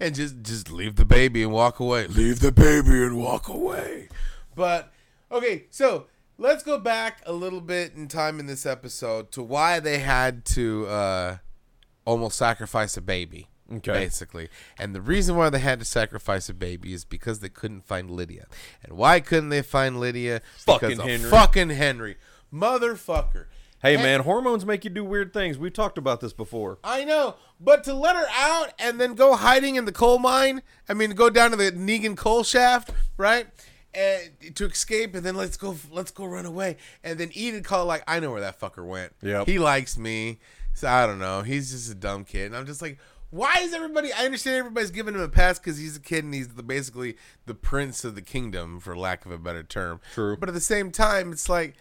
B: and just just leave the baby and walk away. Leave the baby and walk away. But okay, so let's go back a little bit in time in this episode to why they had to uh, almost sacrifice a baby.
A: Okay.
B: Basically. And the reason why they had to sacrifice a baby is because they couldn't find Lydia. And why couldn't they find Lydia?
A: Fucking
B: because of
A: Henry.
B: Fucking Henry. Motherfucker.
A: Hey
B: And-
A: man, hormones make you do weird things. We talked about this before.
B: I know, but to let her out and then go hiding in the coal mine, I mean, go down to the Negan coal shaft, right? And to escape, and then let's go, let's go run away, and then Eden call like, I know where that fucker went.
A: Yep.
B: he likes me, so I don't know. He's just a dumb kid, and I'm just like, why is everybody? I understand everybody's giving him a pass because he's a kid and he's the, basically the prince of the kingdom, for lack of a better term.
A: True.
B: but at the same time, it's like,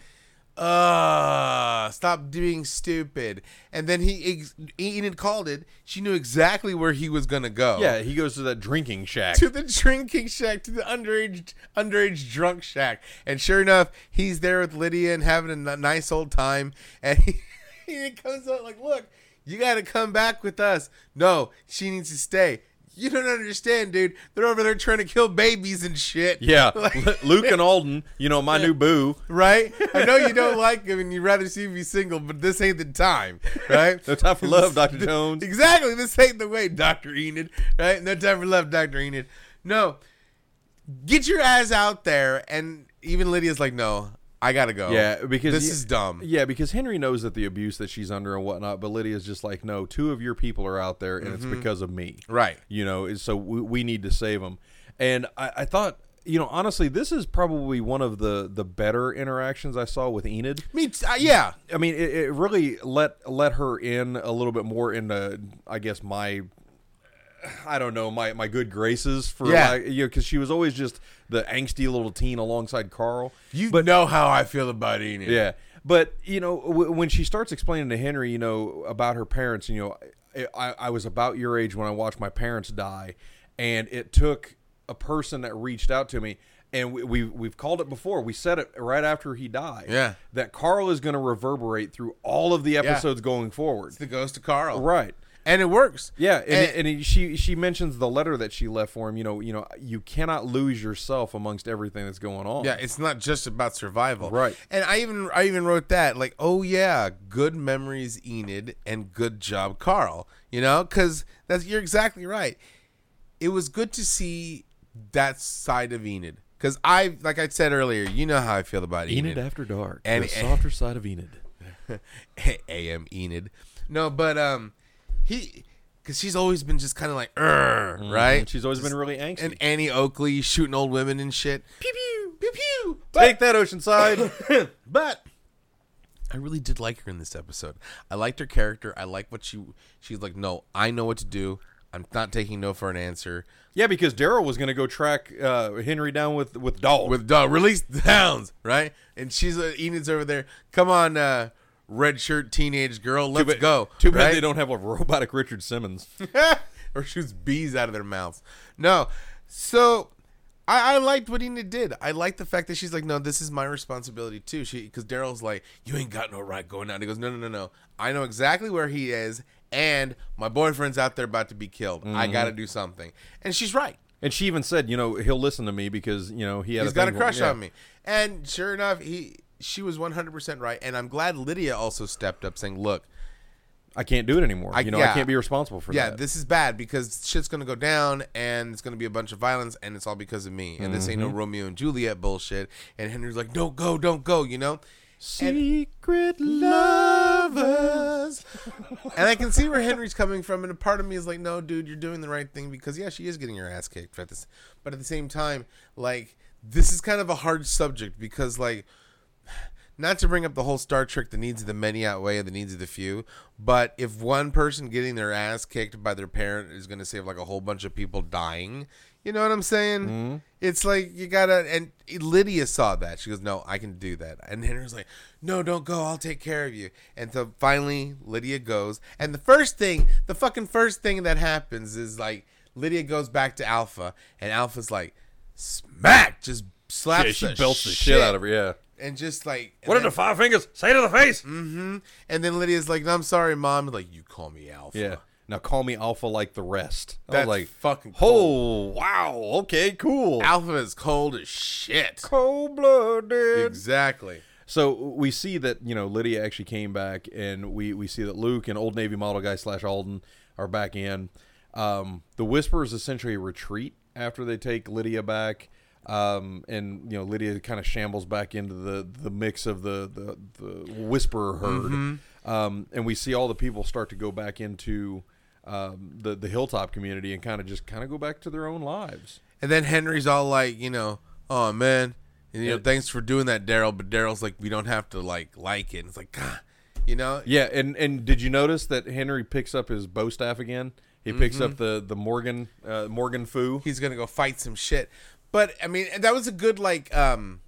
B: uh stop being stupid and then he ex- enid called it she knew exactly where he was gonna go
A: Yeah, he goes to that drinking shack.
B: to the drinking shack to the underage underage drunk shack and sure enough he's there with lydia and having a n- nice old time and he, enid comes out like look you gotta come back with us no she needs to stay you don't understand dude they're over there trying to kill babies and shit
A: Yeah,
B: Like-
A: Lu- Luke and Alden, you know my new boo.
B: right? I know you don't like him and you'd rather see him be single, but this ain't the time, right?
A: No time for love, Dr. Jones.
B: Exactly. This ain't the way, Dr. Enid, right? No time for love, Dr. Enid. No. Get your ass out there. And even Lydia's like, no, I got to go.
A: Yeah, because
B: this
A: he-
B: is dumb.
A: Yeah, because Henry knows that the abuse that she's under and whatnot, but Lydia's just like, no, two of your people are out there, and it's because of me.
B: Right.
A: You know, and so we, we need to save them. And I, I thought, you know, honestly, this is probably one of the the better interactions I saw with Enid.
B: Me, t- uh, yeah.
A: I mean, it, it really let let her in a little bit more into, I guess my, I don't know, my my good graces for,
B: Yeah.
A: like, you know, because she was always just the angsty little teen alongside Carl.
B: You know how I feel about Enid.
A: Yeah, but you know, w- when she starts explaining to Henry, you know, about her parents, you know, I, I, I was about your age when I watched my parents die, and it took a person that reached out to me. And we, we, we've called it before. We said it right after he died.
B: Yeah.
A: That Carl is going to reverberate through all of the episodes going forward.
B: The ghost of Carl.
A: Right.
B: And it works.
A: Yeah, and, it- and it- she she mentions the letter that she left for him. You know, you know, you cannot lose yourself amongst everything that's going on.
B: Yeah, it's not just about survival.
A: Right.
B: And I even I even wrote that like, oh yeah, good memories, Enid, and good job, Carl. You know, because that's you're exactly right. It was good to see that side of Enid because I like I said earlier, you know how I feel about Enid.
A: Enid after dark,
B: And-
A: the softer side of Enid. eh?
B: A.M. Enid. No, but um, he because she's always been just kind of like, "Urgh," right?
A: And Mm-hmm. she's always been really angsty.
B: and Annie Oakley shooting old women and shit. Pew pew pew pew. But-
A: Take that, Oceanside.
B: But I really did like her in this episode. I liked her character. I like what she she's like. No, I know what to do. I'm not taking no for an answer.
A: Yeah, because Daryl was going to go track uh, Henry down with with dog.
B: with dog release the hounds, right? And she's uh, Enid's over there. Come on, uh, red shirt teenage girl, let's
A: But-
B: go.
A: Too bad
B: right?
A: they don't have a robotic Richard Simmons.
B: or shoots bees out of their mouths. No, so I, I liked what Enid did. I liked the fact that she's like, no, this is my responsibility too. She because Daryl's like, you ain't got no right going out. And he goes, no, no, no, no. I know exactly where he is, and my boyfriend's out there about to be killed. I
A: Mm-hmm.
B: got to do something. And she's right.
A: And she even said, you know, he'll listen to me because you know he had
B: He's
A: a
B: got a
A: thing for-
B: crush
A: yeah.
B: on me. And sure enough, he she was 100% right and I'm glad Lydia also stepped up saying, "Look,
A: I can't do it anymore.
B: I-
A: you know,
B: yeah.
A: I can't be responsible for
B: yeah,
A: that.
B: this is bad because shit's going to go down and it's going to be a bunch of violence and it's all because of me. And this ain't no
A: Mm-hmm.
B: Romeo and Juliet bullshit." And Henry's like, "Don't go, don't go," you know?
A: Secret
B: lovers. and I can see where Henry's coming from, and a part of me is like, no, dude, you're doing the right thing because yeah, she is getting her ass kicked at this, but at the same time, like this is kind of a hard subject because like, not to bring up the whole Star Trek, the needs of the many outweigh the needs of the few, but if one person getting their ass kicked by their parent is going to save like a whole bunch of people dying. You know what I'm saying?
A: Mm-hmm.
B: It's like you gotta. And Lydia saw that. She goes, "No, I can do that." And Henry's like, "No, don't go. I'll take care of you." And so finally, Lydia goes. And the first thing, the fucking first thing that happens is like Lydia goes back to Alpha, and Alpha's like, "Smack!" Just slaps.
A: Yeah, she
B: the
A: belts the shit, out of her. Yeah.
B: And just like,
A: What are
B: and
A: the five fingers say to the face?
B: and then Lydia's like, "No, "I'm sorry, mom." I'm like, "You call me Alpha."
A: Yeah. Now call me alpha like the rest. I
B: That's
A: was like,
B: fucking
A: oh wow, okay, cool,
B: Alpha is cold as shit.
A: cold blooded.
B: Exactly.
A: So we see that you know Lydia actually came back, and we we see that Luke and Old Navy model guy slash Alden are back in. Um, the Whispers essentially retreat after they take Lydia back, um, and you know Lydia kind of shambles back into the the mix of the the, the Whisperer herd, um, and we see all the people start to go back into um, the the hilltop community and kind of just kind of go back to their own lives.
B: And then Henry's all like, you know, oh man, and, you know,
A: Yeah.
B: thanks for doing that, Daryl. But Daryl's like, we don't have to like like it. And it's like, God, you know,
A: Yeah, and and did you notice that Henry picks up his bow staff again? He picks up
B: Mm-hmm.
A: the the Morgan uh, Morgan foo.
B: he's gonna go fight some shit. But I mean, that was a good like um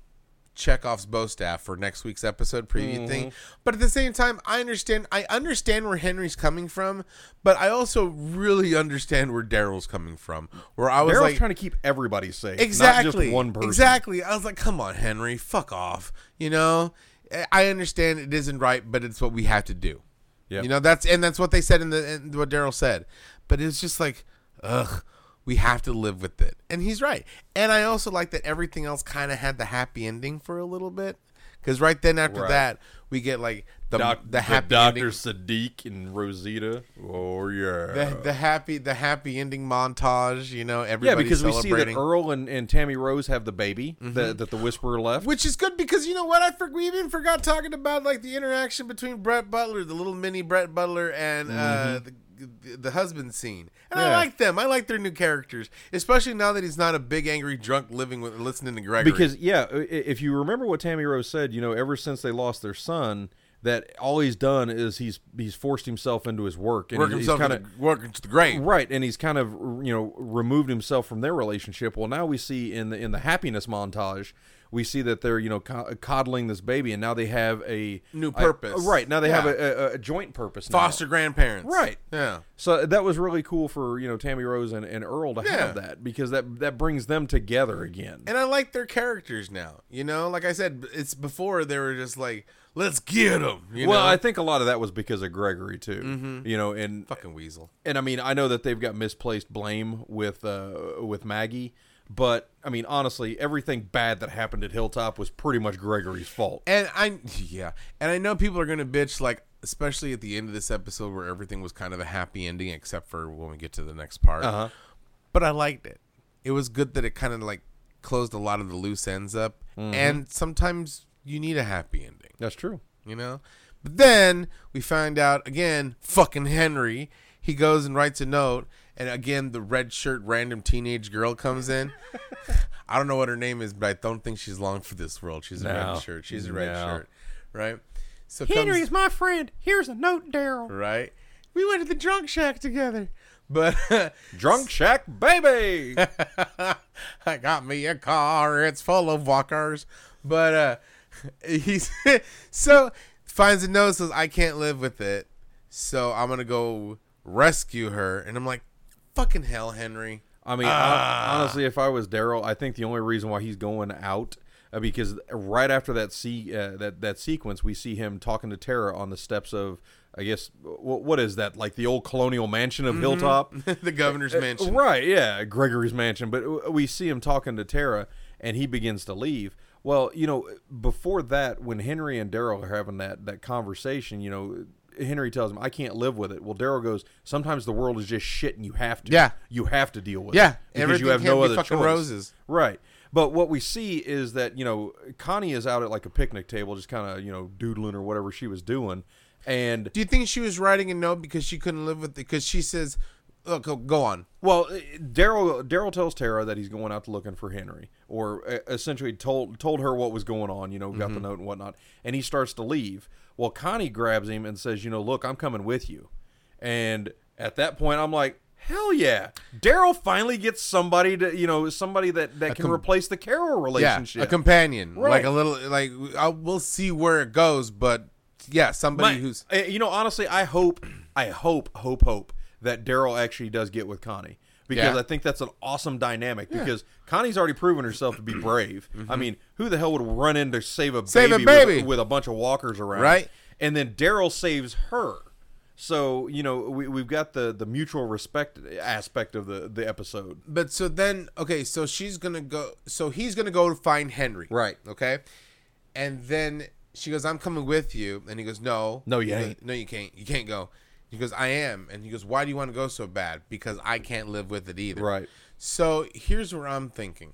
B: Chekhov's bow staff for next week's episode preview
A: Mm-hmm.
B: thing. But at the same time, I understand. I understand where Henry's coming from, but I also really understand where Daryl's coming from. Where I was
A: Daryl's
B: like,
A: trying to keep everybody safe,
B: exactly
A: Not just one person.
B: Exactly. I was like, come on, Henry, fuck off. You know, I- I understand it isn't right, but it's what we have to do.
A: Yep.
B: You know, that's and that's what they said in the in what Daryl said. But it's just like, ugh, we have to live with it. And he's right. And I also like that everything else kind of had the happy ending for a little bit. Because right then after
A: Right.
B: that, we get like the
A: Doc,
B: the happy
A: Doctor
B: ending-
A: Sadiq and Rosita. Oh yeah,
B: the, the happy the happy ending montage. You know,
A: yeah.
B: everybody
A: Because we see that
B: celebrating.
A: Earl and, and Tammy Rose have the baby
B: Mm-hmm.
A: that, that the Whisperer left.
B: which is good because you know what I for- we even forgot talking about like the interaction between Brett Butler, the little mini Brett Butler, and uh, the, the husband scene. And I
A: Mm-hmm. Yeah.
B: like them. I like their new characters, especially now that he's not a big angry drunk living with listening to Gregory.
A: because yeah, i- i- if you remember what Tammy Rose said, you know, ever since they lost their son, that all he's done is he's he's forced himself into his work and
B: work
A: he's,
B: himself
A: kind
B: kind
A: of
B: of working to the grave.
A: right and he's kind of you know removed himself from their relationship well now we see in the in the happiness montage we see that they're you know co- coddling this baby and now they have a
B: New
A: a-
B: purpose.
A: right now they have
B: Yeah.
A: a, a, a joint purpose now.
B: Foster grandparents.
A: Right.
B: Yeah.
A: so that was really cool for you know Tammy Rose and, and Earl to
B: Yeah.
A: have that because that that brings them together again
B: And I like their characters now. You know, like I said, it's before they were just like, let's get them. You
A: well
B: know?
A: I think a lot of that was because of Gregory too you know and
B: fucking weasel.
A: and I mean, I know that they've got misplaced blame with uh, with Maggie, but I mean, honestly, everything bad that happened at Hilltop was pretty much Gregory's fault.
B: And I yeah, and I know people are gonna bitch like especially at the end of this episode where everything was kind of a happy ending except for when we get to the next part.
A: Uh-huh.
B: But I liked it. It was good that it kind of like closed a lot of the loose ends up. And sometimes you need a happy ending,
A: That's true.
B: you know. But then we find out again, fucking Henry. He goes and writes a note, and again the red shirt random teenage girl comes in. I don't know what her name is, but I don't think she's long for this world. She's
A: No.
B: a red shirt. She's a red
A: No.
B: shirt, right? So
C: Henry
B: comes-
C: is my friend. Here's a note, Daryl.
B: right? We went to the drunk shack together, but
A: Drunk Shack Baby.
B: I got me a car. It's full of walkers. But uh, he's so finds a note says I can't live with it, so I'm gonna go rescue her. And I'm like, fucking hell, Henry.
A: I mean, hon- honestly, if I was Daryl, I think the only reason why he's going out uh, because right after that see uh, that that sequence, we see him talking to Tara on the steps of, I guess, what, what is that? Like the old colonial mansion of Hilltop,
B: the governor's mansion.
A: Uh, right? Yeah, Gregory's mansion. But w- we see him talking to Tara, and he begins to leave. Well, you know, before that, when Henry and Daryl are having that that conversation, you know. Henry tells him, "I can't live with it." Well, Daryl goes, "Sometimes the world is just shit, and you have to.
B: Yeah.
A: you have to deal with." with
B: Yeah,
A: it, because
B: everything
A: you have
B: can't
A: no
B: be
A: other
B: fucking
A: choice.
B: roses.
A: Right. But what we see is that you know Connie is out at like a picnic table, just kind of you know doodling or whatever she was doing, and
B: Do you think she was writing a note because she couldn't live with it? Because she says, "Look, go- go on."
A: well, uh, Daryl Daryl tells Tara that he's going out looking for Henry, or uh, essentially told told her what was going on, you know, got the
B: Mm-hmm.
A: note and whatnot, and he starts to leave. Well, Connie grabs him and says, you know, look, I'm coming with you, and at that point, I'm like. Hell yeah! Daryl finally gets somebody to you know somebody that that can replace the Carol relationship.
B: Yeah, a companion, like
A: Right.
B: a little, like I, we'll see where it goes, but yeah, somebody
A: My-
B: who's
A: uh, you know honestly i hope i hope hope hope that daryl actually does get with connie because
B: Yeah.
A: i think that's an awesome dynamic because connie's already proven herself to be brave i mean who the hell would run in to save a
B: Mm-hmm. Save a
A: baby, with-
B: baby.
A: With, a bunch of walkers around
B: Right.
A: and then daryl saves her so you know we, we've got the the mutual respect aspect of the the episode
B: But so then, okay, so she's gonna go. So he's gonna go to find Henry,
A: Right.
B: Okay, and then she goes, "I'm coming with you," and he goes, "No,
A: No, you
B: He goes,
A: ain't.
B: No, you can't. You can't go." He goes, "I am," and he goes, "Why do you want to go so bad?" Because I can't live with it either.
A: Right.
B: So here's where I'm thinking: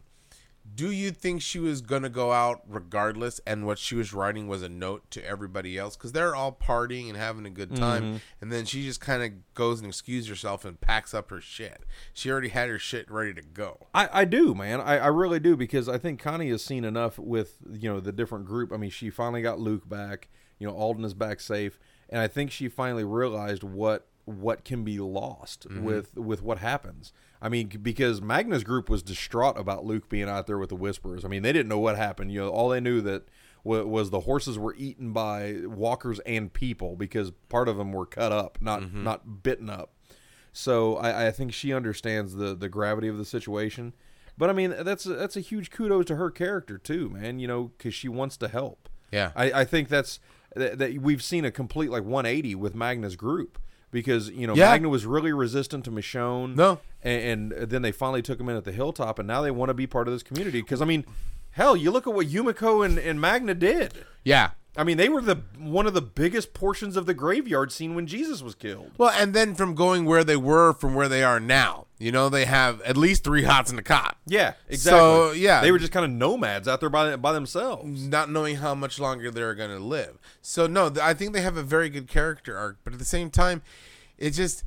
B: Do you think she was gonna go out regardless, and what she was writing was a note to everybody else because they're all partying and having a good time, and then she just kind of goes and excuses herself and packs up her shit. She already had her shit ready to go.
A: I, I do, man. I, I really do because I think Connie has seen enough with you know the different group. I mean, she finally got Luke back. You know, Alden is back safe, and I think she finally realized what what can be lost with with what happens. I mean, c- because Magna's group was distraught about Luke being out there with the Whisperers. I mean, they didn't know what happened. You know, all they knew that wa- was the horses were eaten by walkers and people because part of them were cut up, not not bitten up. So I, I think she understands the the gravity of the situation. But I mean, that's a, that's a huge kudos to her character too, man. You know, because she wants to help.
B: Yeah.
A: I, I think that's that, that we've seen a complete like 180 with Magna's group because you know
B: Yeah.
A: Magna was really resistant to Michonne.
B: No.
A: and, and then they finally took him in at the hilltop, and now they want to be part of this community. Because I mean, hell, you look at what Yumiko and, and Magna did.
B: Yeah.
A: I mean, they were the one of the biggest portions of the graveyard scene when Jesus was killed.
B: Well, and then from going where they were from where they are now, you know, they have at least three hots and a cot.
A: Yeah, exactly.
B: So, yeah.
A: they were just kind of nomads out there by by themselves.
B: Not knowing how much longer they're going to live. So, no, th- I think they have a very good character arc, but at the same time, it just.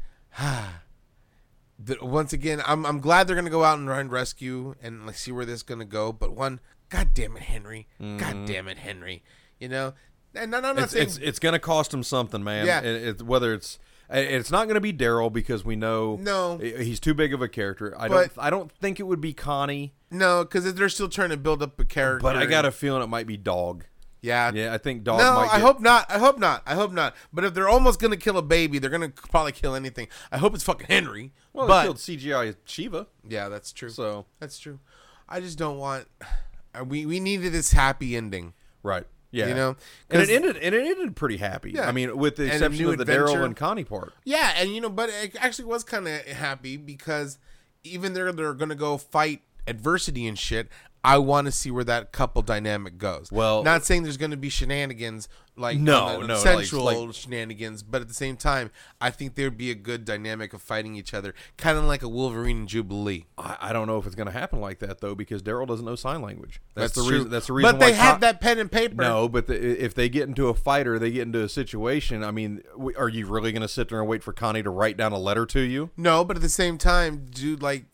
B: the- Once again, I'm, I'm glad they're going to go out and run rescue and like, see where this is going to go. But one, God damn it, Henry. God damn it, Henry. You know? And I'm not
A: Mm. It's
B: saying.
A: it's, it's going to cost him something, man.
B: Yeah.
A: It- it's- whether it's it- it's not going to be Daryl because we know
B: No.
A: he- he's too big of a character. I
B: But-
A: don't I don't think it would be Connie,
B: no, because they're still trying to build up a character.
A: but I got
B: and-
A: a feeling it might be Dog.
B: Yeah.
A: Yeah, I think Dog.
B: No,
A: might
B: I
A: get-
B: hope not. I hope not. I hope not. But if they're almost gonna kill a baby, they're gonna probably kill anything. I hope it's fucking Henry.
A: Well,
B: but
A: he killed CGI Shiva,
B: yeah, that's true.
A: so
B: that's true. I just don't want. uh, We we needed this happy ending.
A: right. Yeah,
B: You know,
A: and
B: 'cause-
A: it ended and it ended pretty happy.
B: Yeah.
A: I mean, with the
B: And a
A: exception
B: new
A: of the
B: adventure.
A: Daryl and Connie part.
B: Yeah, and you know, but it actually was kind of happy because even though they're gonna go fight adversity and shit. I want to see where that couple dynamic goes.
A: Well-
B: not saying there's going to be shenanigans like
A: No,
B: on the-
A: no, like-
B: sensual
A: like-
B: shenanigans, but at the same time, I think there'd be a good dynamic of fighting each other, kind of like a Wolverine and Jubilee.
A: I, I don't know if it's going to happen like that though, because Daryl doesn't know sign language. That's, the
B: true.
A: reason. That's the reason.
B: But they
A: why
B: have
A: Con-
B: that pen and paper.
A: No, but the, if they get into a fight or they get into a situation, I mean, w- are you really going to sit there and wait for Connie to write down a letter to you?
B: no, but at the same time, do like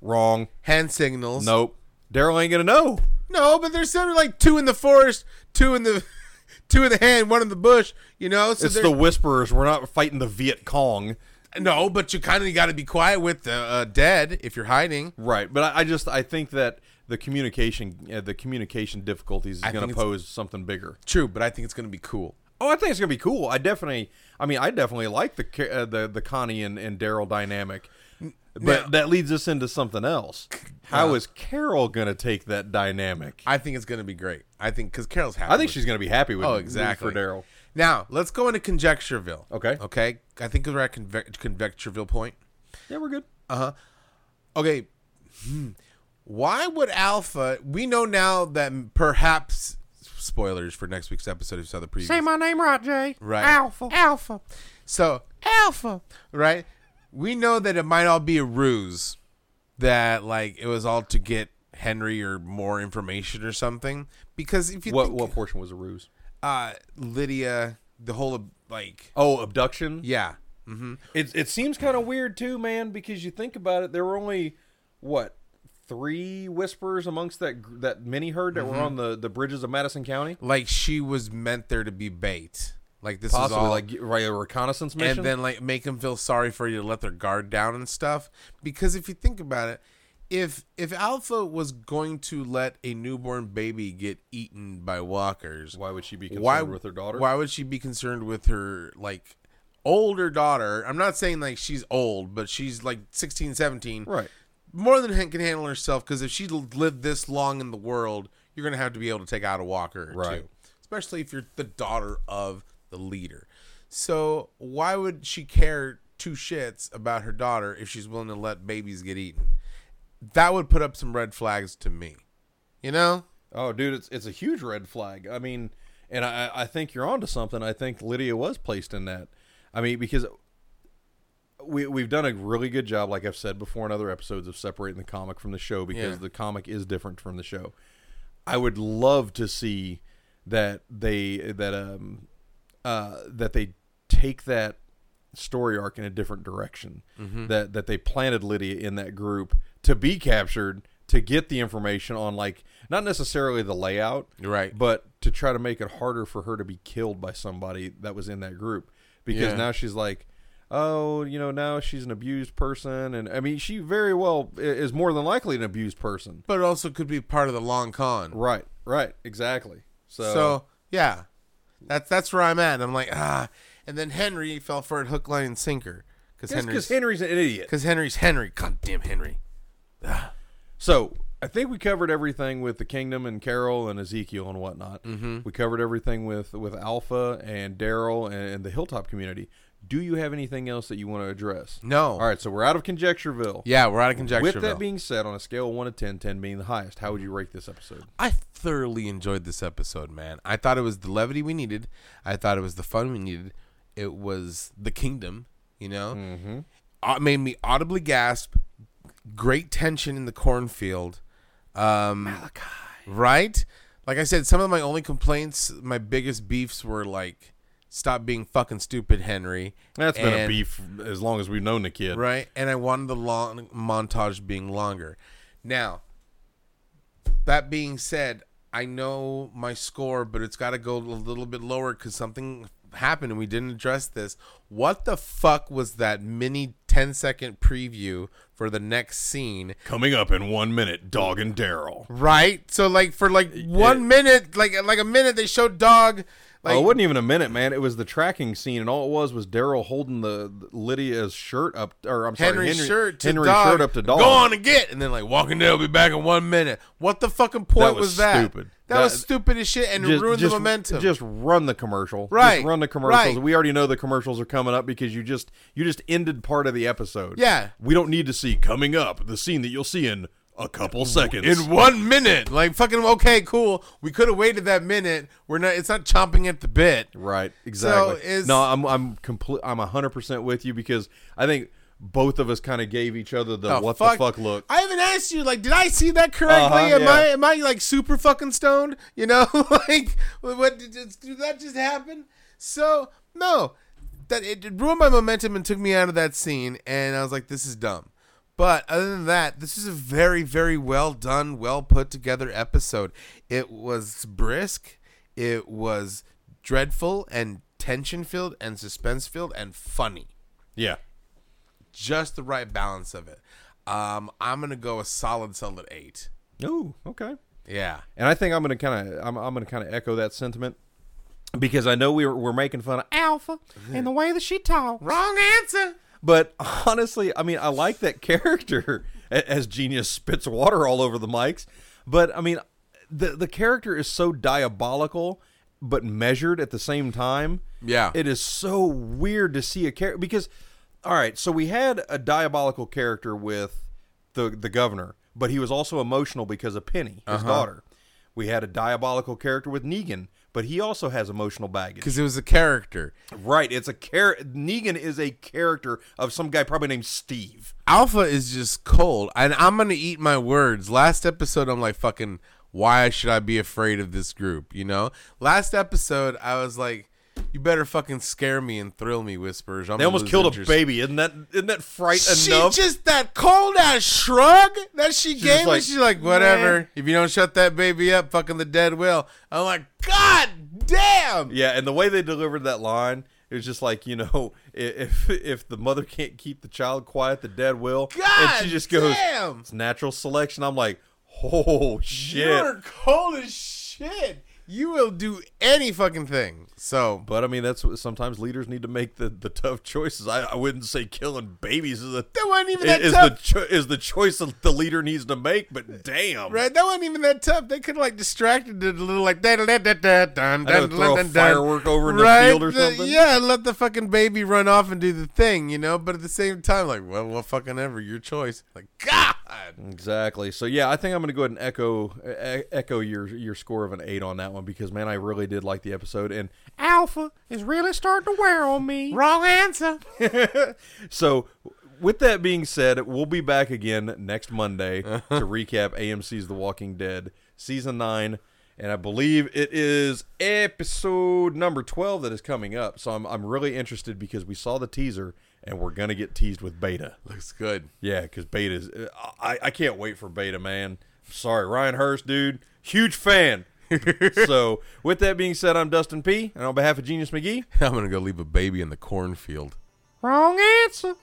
A: Wrong.
B: hand signals.
A: Nope. Daryl ain't going to know.
B: no, but there's sort of like two in the forest, two in the two in the hand, one in the bush. You know, so
A: it's
B: there's-
A: the Whisperers. We're not fighting the Viet Cong,
B: No, but you kind of got to be quiet with the uh, dead if you're hiding.
A: right? But I, I just I think that the communication uh, the communication difficulties is
B: I
A: going
B: think
A: to
B: it's-
A: pose something bigger.
B: True, but I think it's going to be cool.
A: Oh, I think it's gonna be cool. I definitely, I mean, I definitely like the ca- uh, the the Connie and, and Daryl dynamic, but
B: Now- Uh-huh.
A: that leads us into something else. How is Carol gonna take that dynamic? I,
B: I think it's going to be great. I think because Carol's happy.
A: think
B: with-
A: she's gonna be happy with
B: Oh,
A: with-
B: exactly.
A: for Daryl.
B: Now let's go into Conjectureville.
A: Okay.
B: Okay. I think we're at Conve- Conjectureville point.
A: Yeah, we're good.
B: Okay. hmm, Why would Alpha? We know now that perhaps spoilers for next week's episode if you saw the previous.
C: Say my name right, Jay.
B: Right.
C: Alpha. Alpha.
B: So Alpha, right? We know that it might all be a ruse, that like it was all to get Henry or more information or something. Because if you
A: What
B: think,
A: what portion was a ruse?
B: uh, Lydia, the whole like
A: Oh, abduction.
B: yeah,
A: It it seems kind of weird too, man, because you think about it, there were only what three whispers amongst that gr- that mini herd that were on the the bridges of Madison County.
B: like she was meant there to be bait. Like this
A: Possibly
B: is all
A: like right a reconnaissance mission.
B: and then like make them feel sorry for you to let their guard down and stuff because if you think about it if if alpha was going to let a newborn baby get eaten by walkers
A: Why would she be concerned with her daughter?
B: why would she be concerned with her like older daughter i'm not saying like she's old but she's like 16 17
A: Right.
B: more than can handle herself because if she lived this long in the world you're gonna have to be able to take out a walker or
A: Right.
B: two especially if you're the daughter of the leader. So why would she care two shits about her daughter if she's willing to let babies get eaten? That would put up some red flags to me. You know?
A: Oh, dude, it's it's a huge red flag. I mean, and I I think you're onto something. I think Lydia was placed in that. I mean, because we we've done a really good job, like I've said before in other episodes, of separating the comic from the show because
B: Yeah.
A: the comic is different from the show. I would love to see that they that um uh that they take that story arc in a different direction.
B: Mm-hmm.
A: That that they planted Lydia in that group to be captured to get the information on like not necessarily the layout,
B: Right.
A: But to try to make it harder for her to be killed by somebody that was in that group because
B: Yeah.
A: now she's like. Oh, you know, now she's an abused person, and I mean, she very well i- is more than likely an abused person.
B: But it also could be part of the long con.
A: Right, right, exactly. So,
B: So yeah. That's that's where I'm at. And I'm like, ah and then Henry fell for it hook, line, and sinker. Because
A: because
B: Henry's
A: Henry's an idiot.
B: because Henry's Henry. God damn Henry.
A: So I think we covered everything with the kingdom and Carol and Ezekiel and whatnot.
B: Mm-hmm.
A: We covered everything with with Alpha and Daryl and, and the Hilltop community. Do you have anything else that you want to address?
B: No.
A: All right, so we're out of Conjectureville.
B: Yeah, we're out of conjecture.
A: With that being said, on a scale of 1 to 10, 10 being the highest, how would you rate this episode?
B: I thoroughly enjoyed this episode, man. I thought it was the levity we needed. I thought it was the fun we needed. It was the kingdom, you know? Mm-hmm. It made me audibly gasp. Great tension in the cornfield. Um, Malachi. Right? Like I said, some of my only complaints, my biggest beefs were like, stop being fucking stupid, Henry.
A: That's been a
B: And-
A: beef as long as we've known the kid.
B: Right? And I wanted the long montage being longer. Now, that being said, I know my score, but it's got to go a little bit lower because something happened and we didn't address this. What the fuck was that mini 10 second preview for the next scene?
A: Coming up in one minute, Dog and Daryl.
B: Right? So, like, for like one minute, like like a minute, they showed dog. Like,
A: oh, it wasn't even a minute, man. It was the tracking scene, and all it was was Daryl holding the Lydia's shirt up, or I'm sorry,
B: Henry's shirt to
A: Henry's
B: dog,
A: shirt up to dog.
B: Go on and get, and then like walking there, will be back in one minute. What the fucking point
A: That was
B: that?
A: stupid.
B: That,
A: That-
B: was stupid as shit, and it ruined the momentum.
A: Just run the commercial.
B: Right,
A: Just run the commercials.
B: right.
A: We already know the commercials are coming up because you just you just ended part of the episode.
B: Yeah.
A: We don't need to see coming up the scene that you'll see in a couple seconds.
B: in one minute, like fucking okay, cool. We could have waited that minute. We're not. It's not chomping at the bit.
A: right. Exactly.
B: is-
A: no, I'm I'm complete I'm 100% with you because I think both of us kind of gave each other the what the fuck look.
B: I haven't asked you. Like, did I see that correctly?
A: Uh-huh,
B: am
A: yeah.
B: I am I like super fucking stoned? You know, like what did, did that just happen? So no, that it, it ruined my momentum and took me out of that scene, and I was like, this is dumb. But other than that, this is a very very well done, well put together episode. It was brisk. It was dreadful and tension filled and suspense filled and funny.
A: Yeah.
B: Just the right balance of it. Um, I'm gonna go a solid, solid eight.
A: Ooh, okay.
B: Yeah.
A: And I think I'm gonna kind of I'm, I'm gonna kind of echo that sentiment because I know we were, we're making fun of
C: Alpha and the way that she talks.
B: Wrong answer.
A: But honestly, I mean, I like that character a- as Genius spits water all over the mics. But I mean, the the character is so diabolical, but measured at the same time.
B: Yeah.
A: it is so weird to see a character because, all right, so we had a diabolical character with the the governor, but he was also emotional because of Penny, his daughter. We had a diabolical character with Negan, but he also has emotional baggage.
B: Because it was a character.
A: Right. It's a char- Negan is a character of some guy probably named Steve.
B: Alpha is just cold, and I'm gonna eat my words. Last episode, I'm like, fucking, why should I be afraid of this group? You know. Last episode, I was like, you better fucking scare me and thrill me, whispers. I'm
A: They almost killed a baby. Isn't that isn't that fright
B: She
A: enough?
B: just that cold ass shrug that she
A: just
B: gave me.
A: like,
B: She's like, whatever.
A: "Meh."
B: If you don't shut that baby up, fucking the dead will. I'm like, god damn.
A: yeah, and the way they delivered that line, it was just like you know, i- if if the mother can't keep the child quiet, the dead will.
B: God
A: and she just goes,
B: damn.
A: "It's natural selection." I'm like, oh shit.
B: You're cold as shit. You will do any fucking thing. So
A: but I mean, that's what sometimes leaders need to make the, the tough choices. I, I wouldn't say killing babies is a
B: that wasn't even that
A: is
B: tough.
A: the cho- is the choice that the leader needs to make. But damn,
B: Right, that wasn't even that tough. They could have like distracted it a little, like da da da da da dun,
A: I know,
B: dun,
A: throw a
B: dun, dun,
A: firework over in the field or
B: The-
A: something.
B: yeah, and let the fucking baby run off and do the thing, you know. But at the same time, like, well, well, fucking ever, your choice. Like, God,
A: Exactly. So yeah, I think I'm going to go ahead and echo e- echo your your score of an eight on that one because man, I really did like the episode. And
C: Alpha is really starting to wear on me.
B: wrong answer.
A: so, with that being said, we'll be back again next Monday to recap AMC's The Walking Dead season nine, and I believe it is episode number twelve that is coming up. So I'm I'm really interested because we saw the teaser and we're gonna get teased with Beta.
B: Looks good.
A: Yeah, because Beta's. uh, I, I can't wait for Beta, man. Sorry, Ryan Hurst, dude. Huge fan. so, with that being said, I'm Dustin P. And on behalf of Genius McGee,
B: I'm gonna go leave a baby in the cornfield.
C: Wrong answer.